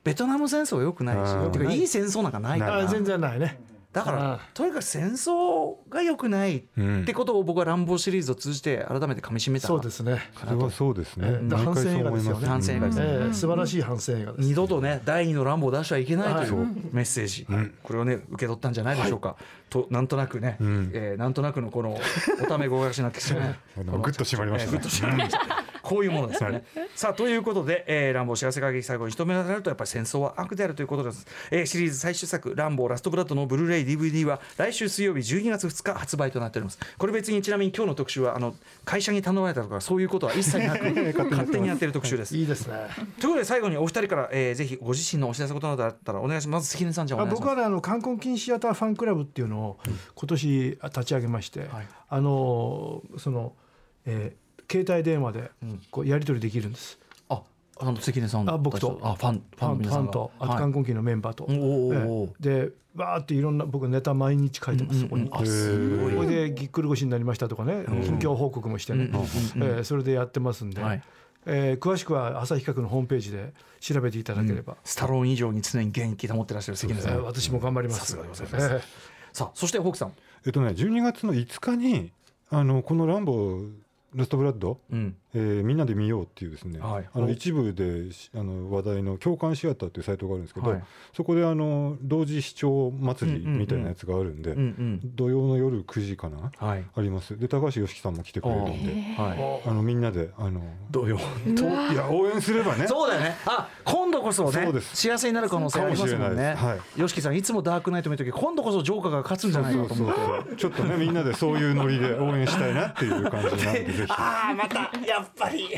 Speaker 2: ベトナム戦争は良くないし
Speaker 4: うん
Speaker 2: てかいい戦争なんかないか
Speaker 5: あ
Speaker 2: ら
Speaker 5: 全然ないね
Speaker 2: だか
Speaker 5: うん
Speaker 2: らとにかく戦争が良くないってことを僕は「乱暴」シリーズを通じて改めて噛みしめた
Speaker 5: そうですね
Speaker 4: それはそうですね
Speaker 5: ええ
Speaker 4: 毎回そう思います
Speaker 2: 反省映画ですよね反省映画です
Speaker 4: うん
Speaker 5: ええ素晴らしい反省映画です
Speaker 2: 二度とね第二の乱暴を出してはいけないとい
Speaker 5: は
Speaker 2: うメッセージ、これをね受け取ったんじゃないでしょうか、となんとなくね、
Speaker 4: ん
Speaker 2: えーなんとなくのこのおためごがしなきしね
Speaker 4: *laughs* あのグッと締まりました
Speaker 2: え
Speaker 4: ね
Speaker 2: ーグッと締まりましたこういうものですよね、さあということで、えー、乱暴幸せ限り最後に一目られるとやっぱり戦争は悪であるということです、えーシリーズ最終作「乱暴ラストブラッド」のブルーレイ DVD は来週水曜日12月2日発売となっておりますこれ別にちなみに今日の特集はあの会社に頼まれたとかそういうことは一切な
Speaker 4: *laughs*
Speaker 2: く勝手にやってる特集です
Speaker 5: いいですね
Speaker 2: ということで最後にお二人から、えー、ぜひご自身のお知らせことなどあったらお願いします。関根さんじゃあお
Speaker 5: あ
Speaker 2: 願いし
Speaker 5: 僕
Speaker 2: ま
Speaker 5: は
Speaker 2: す。
Speaker 5: ねあの観光金シアターファンクラブっていうのを今年立ち上げまして、
Speaker 2: はい
Speaker 5: あのその、えー携帯電話でこうやり取りできるんです、
Speaker 2: あ、あの関根さんたち。
Speaker 5: あ僕と
Speaker 2: あ、ファン、ファ
Speaker 5: ファ
Speaker 2: ン
Speaker 5: ン
Speaker 2: の皆
Speaker 5: フ
Speaker 2: さん
Speaker 5: ァン
Speaker 2: が
Speaker 5: とあと
Speaker 2: はい
Speaker 5: 観光金のメンバーと、
Speaker 2: おーおーおー
Speaker 5: ええでわーっていろんな僕ネタ毎日書いてます、そこに。
Speaker 2: あ、すごい。
Speaker 5: これでぎっくり腰になりましたとかね、近況報告もしてね、えーそれでやってますんで、
Speaker 2: はい
Speaker 5: えー詳しくは朝日企画のホームページで調べていただければ、
Speaker 2: スタローン以上に常に元気保ってらっしゃる関根さ
Speaker 5: えー
Speaker 2: ん。
Speaker 5: 私も頑張ります。
Speaker 2: さすがでございます
Speaker 5: えー
Speaker 2: さあ、そしてホークさん。
Speaker 4: えっとね12月の5日にあのこの「ランボーラストブラッド」
Speaker 2: うん。
Speaker 4: えーみんなで見ようっていうですね、
Speaker 2: はい
Speaker 4: あの一部でしあの話題の共感シアターっていうサイトがあるんですけど、
Speaker 2: はい
Speaker 4: そこであの同時視聴祭りみたいなやつがあるんで、
Speaker 2: うんうん
Speaker 4: 土曜の夜9時かな、
Speaker 2: はい
Speaker 4: ありますで高橋良樹さんも来てくれるんで、
Speaker 2: はい
Speaker 4: あのみんなであの
Speaker 2: 土曜
Speaker 4: といや応援すればね
Speaker 2: そうだよねあ今度こそね
Speaker 4: そうです
Speaker 2: 幸せになる可能性ありますも
Speaker 4: かも
Speaker 2: ん
Speaker 4: しれ
Speaker 2: ね
Speaker 4: ないですはい
Speaker 2: y o s さんいつもダークナイト見るとき今度こそジョーカーが勝つんじゃないかと思って
Speaker 4: ちょっとねみんなでそういうノリで応援したいなっていう感じなんでぜひ。
Speaker 2: ああまたやっぱり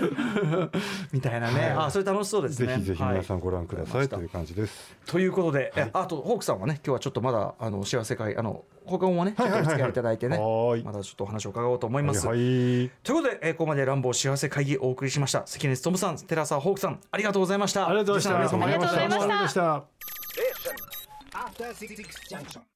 Speaker 2: *laughs* みたいなね、あーそれ楽しそうです
Speaker 4: ぜ
Speaker 2: ね
Speaker 4: ひぜひ皆さん
Speaker 2: はい
Speaker 4: ご覧くださいという感じです。
Speaker 2: ということで、えあとホークさんはね今日はちょっとまだあの幸せ会あの保管はねちょっとお付き合いいただいてね、
Speaker 4: はい
Speaker 2: まだちょっとお話を伺おうと思います、
Speaker 4: はい、
Speaker 2: ということで、えーここまで乱暴幸せ会議をお送りしました関根勤さん寺澤ホークさんありがとうございました
Speaker 5: ありがとうございました
Speaker 2: リスナーの皆様ありがとうございました
Speaker 5: ありがとうございました
Speaker 7: した。After Six Junction.